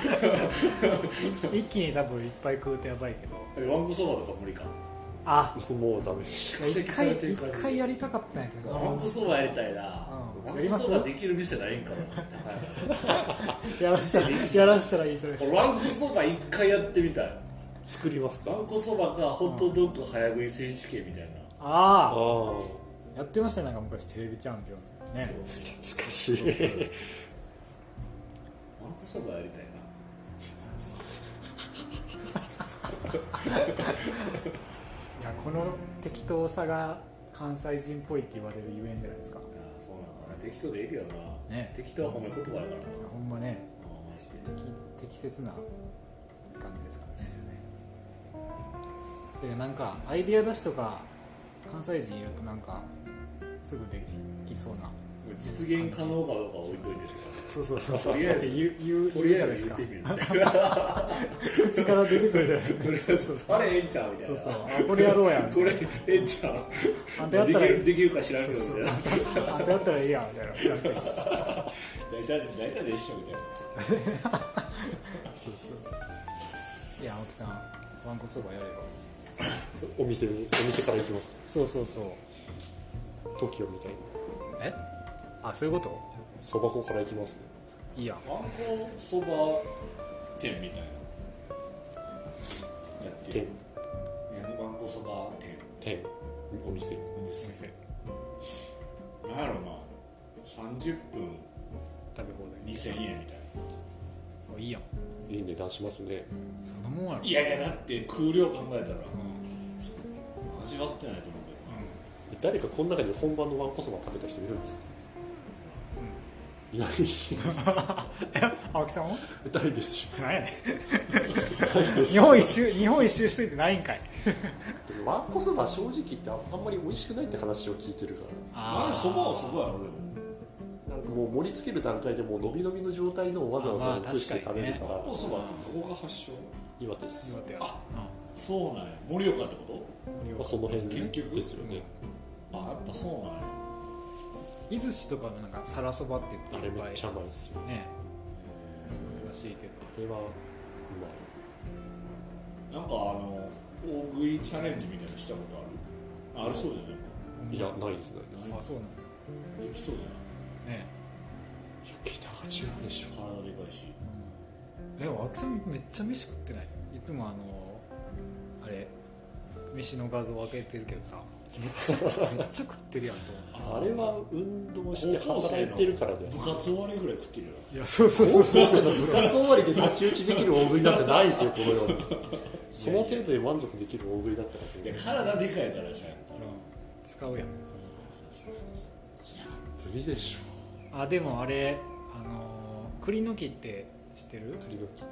Speaker 1: 一気に多分いっぱい食うとやばいけど
Speaker 2: らわんこそばとか無理か
Speaker 1: あ
Speaker 3: もうダメ
Speaker 2: 蓄
Speaker 1: 一
Speaker 2: 積さ
Speaker 1: 回
Speaker 2: れてる
Speaker 1: 一
Speaker 2: 感じ
Speaker 1: 回やりたかったんやけど
Speaker 2: わんこそばやりたいなわ
Speaker 1: うん
Speaker 2: んこそばできる店ないんかな
Speaker 1: やらしたらやらしたらいいじゃ ないで
Speaker 2: 俺
Speaker 1: すか
Speaker 2: わ んこそば一回やってみたい
Speaker 3: 作ります
Speaker 2: わんこそばかホットドッグ早食い選手権みたいな
Speaker 3: ああ
Speaker 1: あ
Speaker 3: ー
Speaker 1: あやってましたねなんか昔テレビチャンピオンでね
Speaker 3: 懐かしい
Speaker 2: わんこそばやりたいな
Speaker 1: じゃこの適当さが関西人っぽいって言われるゆえんじゃないですか
Speaker 2: いやそうなんかな適当でいいけどな、
Speaker 1: ね
Speaker 2: 適当は褒め言葉やからな
Speaker 1: ほんまね
Speaker 2: あマジで
Speaker 1: 適適切な感じですか
Speaker 2: ですよね
Speaker 1: ねでなんかアイディア出しとか関西人いるとなんかすぐできそうな
Speaker 2: 実現可能かどうかは置いといてとか
Speaker 1: そうそうそう
Speaker 2: とりあえず
Speaker 1: 言う言う
Speaker 2: とりあえ
Speaker 1: 言う
Speaker 2: ず
Speaker 1: じ
Speaker 2: 言
Speaker 1: ゃな
Speaker 2: って
Speaker 1: いで
Speaker 2: みるみたいな
Speaker 1: すか口から出てくるじゃない
Speaker 2: とりあえずあれええんちゃうみたい
Speaker 1: そう
Speaker 2: な
Speaker 1: そうあこれやろうやん
Speaker 2: これええんちゃう
Speaker 1: あんたやっ
Speaker 2: で
Speaker 1: た
Speaker 2: き
Speaker 1: ら
Speaker 2: るできるか知らんけどみ
Speaker 1: そう
Speaker 2: たいな
Speaker 1: あんたやったらいいやんみたいな知らんけど
Speaker 2: 大体大体で一緒みたいな
Speaker 1: そうそういや青木さんわんこそばやれば
Speaker 3: お店にお店から行きますか
Speaker 1: そうそうそう
Speaker 3: TOKIO みたいに
Speaker 1: えあそういうこ
Speaker 3: そば粉から行きますね
Speaker 1: といいやん
Speaker 2: わんこそば店みたいなやって
Speaker 3: 天
Speaker 2: るいやわんこそば店
Speaker 3: 天お店
Speaker 2: ですねなんやろな30分
Speaker 1: 食べ放
Speaker 2: 2000円みたいな
Speaker 1: 題いいやん
Speaker 3: いい値段しますね
Speaker 1: そのもんやろ
Speaker 2: いやいやだって空量考えた
Speaker 1: う
Speaker 2: ら
Speaker 1: ん
Speaker 2: 味わってないと思うけどな
Speaker 3: 誰かこの中に本場のわんこそば食べた人いるんですか、いない
Speaker 1: 青木さんも
Speaker 3: いないですよ
Speaker 1: 何やね
Speaker 3: ないで
Speaker 1: ん
Speaker 3: す
Speaker 1: 日本一周日本一周しといてないんかい
Speaker 3: わんこそば正直言ってああんまり美味しくないって話を聞いてるか
Speaker 2: あれそばはそばやろでも
Speaker 3: らなんかもう盛り付ける段階でもう伸び伸びの状態のをわざ
Speaker 1: ま
Speaker 3: わ
Speaker 1: あ
Speaker 3: ざ移して食べるから、
Speaker 2: わんこそばってどこが発祥
Speaker 3: 岩手です
Speaker 1: 岩手や
Speaker 2: あそうなんや盛岡ってこ
Speaker 1: うん
Speaker 3: まあ、その辺
Speaker 2: 結局
Speaker 3: ですよね、
Speaker 2: とあやっぱそうなんや
Speaker 1: 伊豆市とかのなんか皿そばって言っ
Speaker 3: あ
Speaker 1: て
Speaker 3: れ
Speaker 1: いっぱ
Speaker 3: め
Speaker 1: い
Speaker 3: っちゃうまいですよ
Speaker 1: ねえらしいけど
Speaker 3: あれはう
Speaker 2: なんかあの大食いチャレンジみたいなのしたことあるあありそうじゃないか
Speaker 3: まいいやないですないです
Speaker 1: あそうなの
Speaker 2: できそうじゃ
Speaker 1: ね
Speaker 3: 桁が違うでしょ
Speaker 2: ない体でかいし
Speaker 1: えでも青木さんめっちゃ飯食ってないいつもあのあれ飯の画像開けてるけどさめっちゃめっちゃ食ってるやんと思って
Speaker 3: あれは運動して働いてるからだよ
Speaker 2: 部活終わりぐらい食ってるよ
Speaker 1: いやそう そう
Speaker 3: 高校生の部活終わりで太刀打ちできる大食いなんてないですよこの世に その程度で満足できる大食いだったら
Speaker 2: いや
Speaker 3: ね
Speaker 2: 体でかいからさやっぱ
Speaker 1: 使うやん
Speaker 3: 無理でしょ
Speaker 1: あでもあれあのー栗の木って知ってる
Speaker 3: 栗の木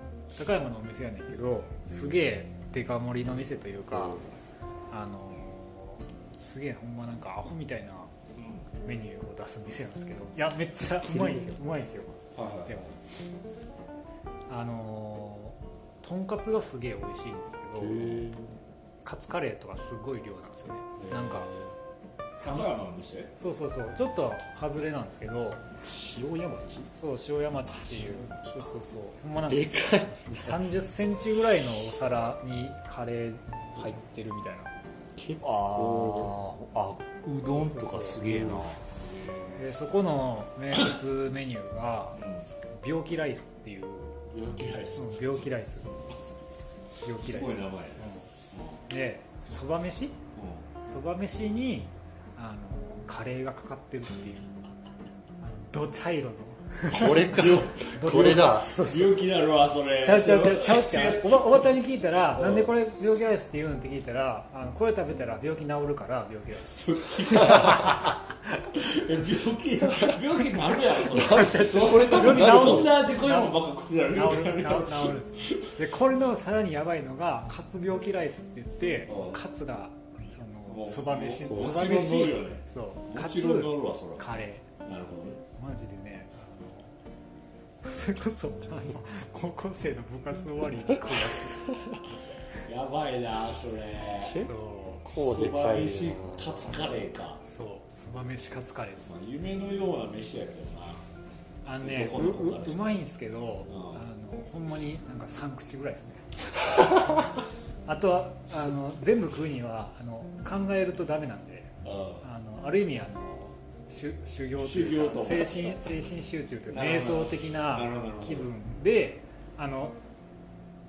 Speaker 1: 高山のお店やねんけどすげえデカ盛りの店というか、あのーすげえほんまなん かアホみたいなメニューを出す店なんですけどいやめっちゃうまいんですようまいんですよ
Speaker 2: はいはい
Speaker 1: でもあのーとんかつがすげえ美味しいんですけど
Speaker 3: へ
Speaker 1: カツカレーとかすごい量なんですよね
Speaker 3: え
Speaker 1: なんか
Speaker 2: 酒屋なんでして
Speaker 1: そうそうそうちょっと外れなんですけど
Speaker 3: 塩屋町
Speaker 1: そう塩屋町っていう
Speaker 2: あ
Speaker 1: そうそうそうほんまなんか
Speaker 3: でかい
Speaker 1: 3 0センチぐらいのお皿にカレー入ってるみたいな
Speaker 3: 結
Speaker 4: あーあうどんとかすげえな
Speaker 1: でそこの名物メニューが
Speaker 2: う
Speaker 1: 病気ライスっていう、
Speaker 2: ん病気ないです
Speaker 1: うん病気ライス病気ライ
Speaker 2: す
Speaker 1: ス
Speaker 2: ごい名前
Speaker 1: うんでそば飯
Speaker 2: う
Speaker 1: そば飯にあのカレーがかかってるっていうあのど茶色の
Speaker 3: これ かこれだ
Speaker 1: そうそうん
Speaker 2: 病気だろそれ
Speaker 1: ちゃうちゃうちゃうちゃうっておばおばちゃんに聞いたら
Speaker 2: うん
Speaker 1: なんでこれ病気ライスって言うんって聞いたらあのこれ食べたら病気治るから病気ライス
Speaker 2: そっちかえ病気病気があるやろそれ
Speaker 3: これ多分なる
Speaker 1: そ
Speaker 2: そ
Speaker 3: ぞ
Speaker 2: んな味濃いもんばっか食ってたら
Speaker 1: 治
Speaker 2: 病
Speaker 1: る
Speaker 2: 気
Speaker 1: 治
Speaker 2: な
Speaker 1: る
Speaker 2: る
Speaker 1: 治
Speaker 2: やろ
Speaker 1: るんですでこれのさらにやばいのがカツ病気ライスって言って
Speaker 2: うん
Speaker 1: カツがそ
Speaker 2: も
Speaker 1: の
Speaker 2: う
Speaker 1: そば飯
Speaker 3: もう
Speaker 1: そば
Speaker 2: もちろん乗るよ
Speaker 1: 飯
Speaker 2: ね
Speaker 1: そう
Speaker 2: も
Speaker 1: カ
Speaker 2: ち
Speaker 1: ツ
Speaker 2: ろん乗るわそ
Speaker 1: カレー
Speaker 2: れなるほどね
Speaker 1: マジでねあのそれこそあの高校生の部活終わりに食うや
Speaker 2: やばいなそれ
Speaker 1: つ
Speaker 3: 結
Speaker 1: そう
Speaker 3: 構でかいな
Speaker 2: そば飯カツカレーか、
Speaker 1: そうそば飯カツカレーです
Speaker 2: まあ、夢のような飯やけどな
Speaker 1: あのね
Speaker 2: ど
Speaker 1: う
Speaker 2: この子から
Speaker 1: う
Speaker 2: して
Speaker 1: うまいんですけど、あのほんまになんか3口ぐらいですね あとはあの全部食うにはあの考えるとダメなんで
Speaker 2: う
Speaker 1: あのある意味あの修修行というか
Speaker 2: 修行と
Speaker 1: 精神精神集中というか
Speaker 2: なる
Speaker 1: 瞑
Speaker 2: ほど
Speaker 1: 想的な
Speaker 2: なるほどなるほど
Speaker 1: 気分であの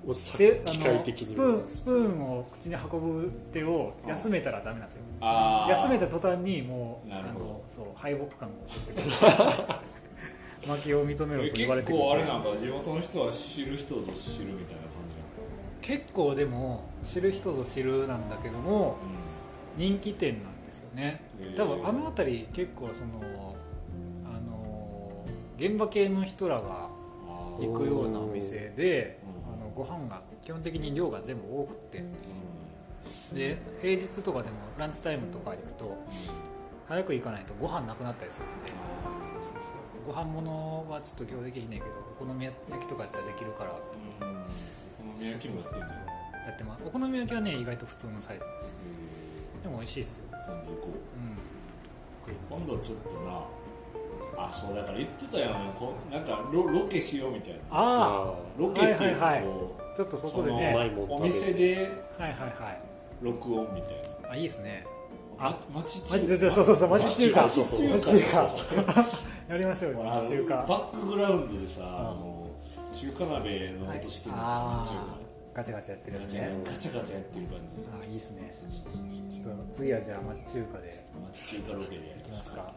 Speaker 3: もうさ
Speaker 1: であ
Speaker 3: 機
Speaker 1: の
Speaker 3: 械的
Speaker 1: ス
Speaker 3: に
Speaker 1: プ ーンスプーンを口に運ぶ手を休めたらダメなんですよ
Speaker 2: ん、ああ
Speaker 1: 休めた途端にもう
Speaker 2: なるほど
Speaker 1: あのそう敗北感を持ってくる 負けを認めろと言われてく
Speaker 2: 結
Speaker 1: る
Speaker 2: 構あれなんか地元の人は知る人ぞ知るみたいな感じなんだ
Speaker 1: 結構でも知る人ぞ知るなんだけども人気店なんですよね
Speaker 2: へー
Speaker 1: 多分あの辺り結構そのあの現場系の人らが
Speaker 2: あー
Speaker 1: 行くようなお店で
Speaker 2: おー
Speaker 1: あのご飯が基本的に量が全部多くてで平日とかでもランチタイムとか行くと早く行かないとご飯なくなったりするんでそうそうそうご飯物はちょっと今日できひんねんけどお好み焼きとかやったらできるからって
Speaker 2: うんうんその宮城もやってるんですよ
Speaker 1: やってますお好み焼きはね意外と普通のサイズなんですよ
Speaker 2: へ
Speaker 1: でも美味しいですよ
Speaker 2: ー今度行こう
Speaker 1: う
Speaker 2: 今度ちょっとなあそうだから言ってたやんこなんかロロケしようみたいな
Speaker 1: あ
Speaker 3: あ
Speaker 2: ロケっていうかこう、
Speaker 1: はいはいあちょっとそこでね
Speaker 3: うま
Speaker 1: はい
Speaker 3: いもん
Speaker 2: お
Speaker 3: 食べ
Speaker 2: 店で
Speaker 1: はいはい
Speaker 2: 録音みたいな
Speaker 1: あいいですね
Speaker 2: あ町
Speaker 1: マジ
Speaker 2: 中
Speaker 1: で
Speaker 2: 華
Speaker 1: そうそうそうマジ中華
Speaker 3: 町そうそう
Speaker 1: マジ中華 やりましょうよ
Speaker 2: ほらあ
Speaker 1: マ
Speaker 2: の
Speaker 1: ジ中華
Speaker 2: バックグラウンドでさ、あの中華鍋の
Speaker 1: はい
Speaker 2: 音してるの
Speaker 1: あ
Speaker 2: 中
Speaker 1: ーガチャガチャやってるや
Speaker 2: 華ガ
Speaker 1: つ
Speaker 2: チャ
Speaker 1: ね
Speaker 2: ガチャガチャやってる感じ
Speaker 1: あーいいですね
Speaker 2: そうそうそうそう
Speaker 1: ちょっと次はじゃあ町中華で
Speaker 2: 町中華ロケでや
Speaker 1: い
Speaker 2: り
Speaker 1: き
Speaker 2: ま
Speaker 1: ますす
Speaker 2: か
Speaker 1: か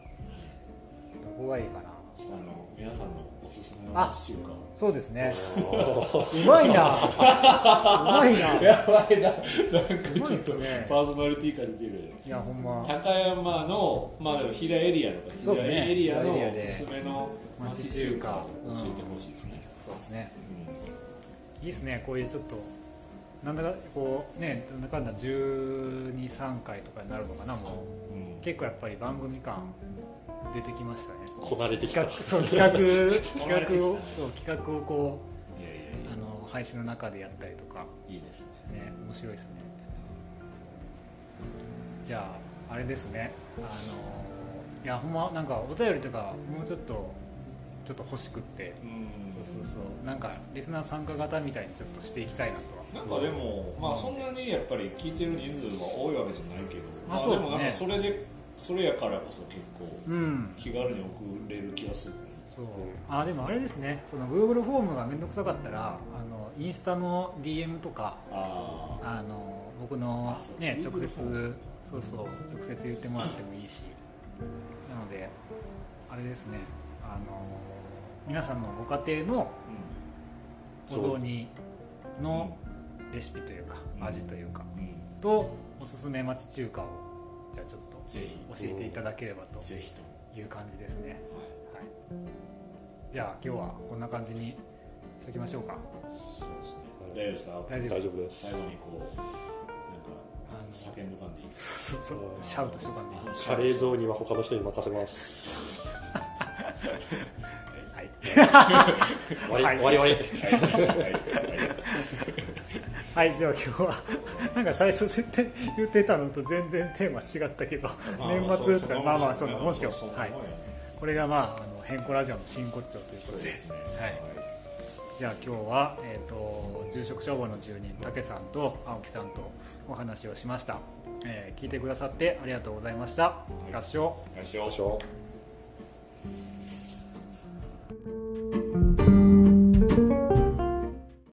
Speaker 1: どこがいいかな
Speaker 2: あの皆さんのおすすめの
Speaker 1: あ
Speaker 2: 町中華を
Speaker 1: そうですね
Speaker 3: あ
Speaker 1: うまいなうまいな
Speaker 2: やばいななんか
Speaker 1: うまい
Speaker 2: ちょ
Speaker 1: っ
Speaker 2: っと
Speaker 1: すね
Speaker 2: パーソナリティ感出てる
Speaker 1: いやほんま
Speaker 2: 高山のまあでも平エリアとか
Speaker 1: そうで
Speaker 2: 平
Speaker 1: すね
Speaker 2: エリア
Speaker 1: 平
Speaker 2: の
Speaker 1: エリア
Speaker 2: お
Speaker 1: です
Speaker 2: すめの町中華を教えてほしいですね、
Speaker 1: そうですね
Speaker 2: うん
Speaker 1: いいですねこういうちょっとなんだかこうねなんだかんだ123回とかになるのかなもう結構やっぱり番組感出てきましたね
Speaker 3: こなれてきた
Speaker 1: 企画そう企画
Speaker 2: こなれてき
Speaker 1: 企
Speaker 2: た
Speaker 1: 画をそう企画をこう
Speaker 2: いやいやい
Speaker 1: あの配信の中でやったりとか
Speaker 2: やいいですね
Speaker 1: ね面白いですねじゃああれですねあのいやほんまなんかお便りとかもうちょっとちょっと欲しくって
Speaker 2: うん
Speaker 1: そうそうそうなんかリスナー参加型みたいにちょっとしていきたいなとは
Speaker 2: なんかでも、まあ、そんなにやっぱり聞いてる人数は多いわけじゃないけど、
Speaker 1: ま
Speaker 2: ま
Speaker 1: あ
Speaker 2: あ、
Speaker 1: そう
Speaker 2: で
Speaker 1: ですね
Speaker 2: もなんかそれでそれやからこそ結構
Speaker 1: うん
Speaker 2: 気軽に送れる気がする、
Speaker 1: そうあでもあれですねその Google フォームが面倒くさかったらあのインスタの DM とか
Speaker 2: ああ
Speaker 1: あの僕の
Speaker 2: あそう
Speaker 1: ね
Speaker 2: Google
Speaker 1: 直接
Speaker 2: フォーム
Speaker 1: そうそう直接言ってもらってもいいしなのであれですねあの皆さんのご家庭のお雑煮のレシピというか
Speaker 2: うん
Speaker 1: 味というか
Speaker 2: うん、うん、
Speaker 1: とおすすめ町中華をじゃあちょっ
Speaker 2: ぜひ
Speaker 1: と教えていただければと
Speaker 2: ぜひとも、
Speaker 1: いう感じですね
Speaker 2: はい、
Speaker 1: はい、じゃあ今日はこんな感じにしときましょうか
Speaker 2: そうですね大丈夫ですか
Speaker 1: 大丈
Speaker 3: 大
Speaker 1: 夫
Speaker 3: 丈夫です
Speaker 2: 最後にこうなん
Speaker 1: あ
Speaker 2: か
Speaker 1: の
Speaker 2: 叫んどかんでいい
Speaker 1: そうそうシャウトしとかんでいい
Speaker 2: あの
Speaker 3: カレーゾーンには他の人に任せます
Speaker 1: はい
Speaker 3: 終わり終わり終わり
Speaker 1: はいでは今日はなんか最初絶対言ってたのと全然テーマ違ったけど年末とかまあまあそんなもんですよはいこれがまああの変更ラジオの真骨頂というこ
Speaker 2: そ
Speaker 1: と
Speaker 2: う
Speaker 1: で
Speaker 2: ですね
Speaker 1: はいじゃあ今日は、えー、と住職消防の住人武さんと青木さんとお話をしました、えー聞いてくださってありがとうございました、合唱
Speaker 2: よいしょ
Speaker 3: どうしよう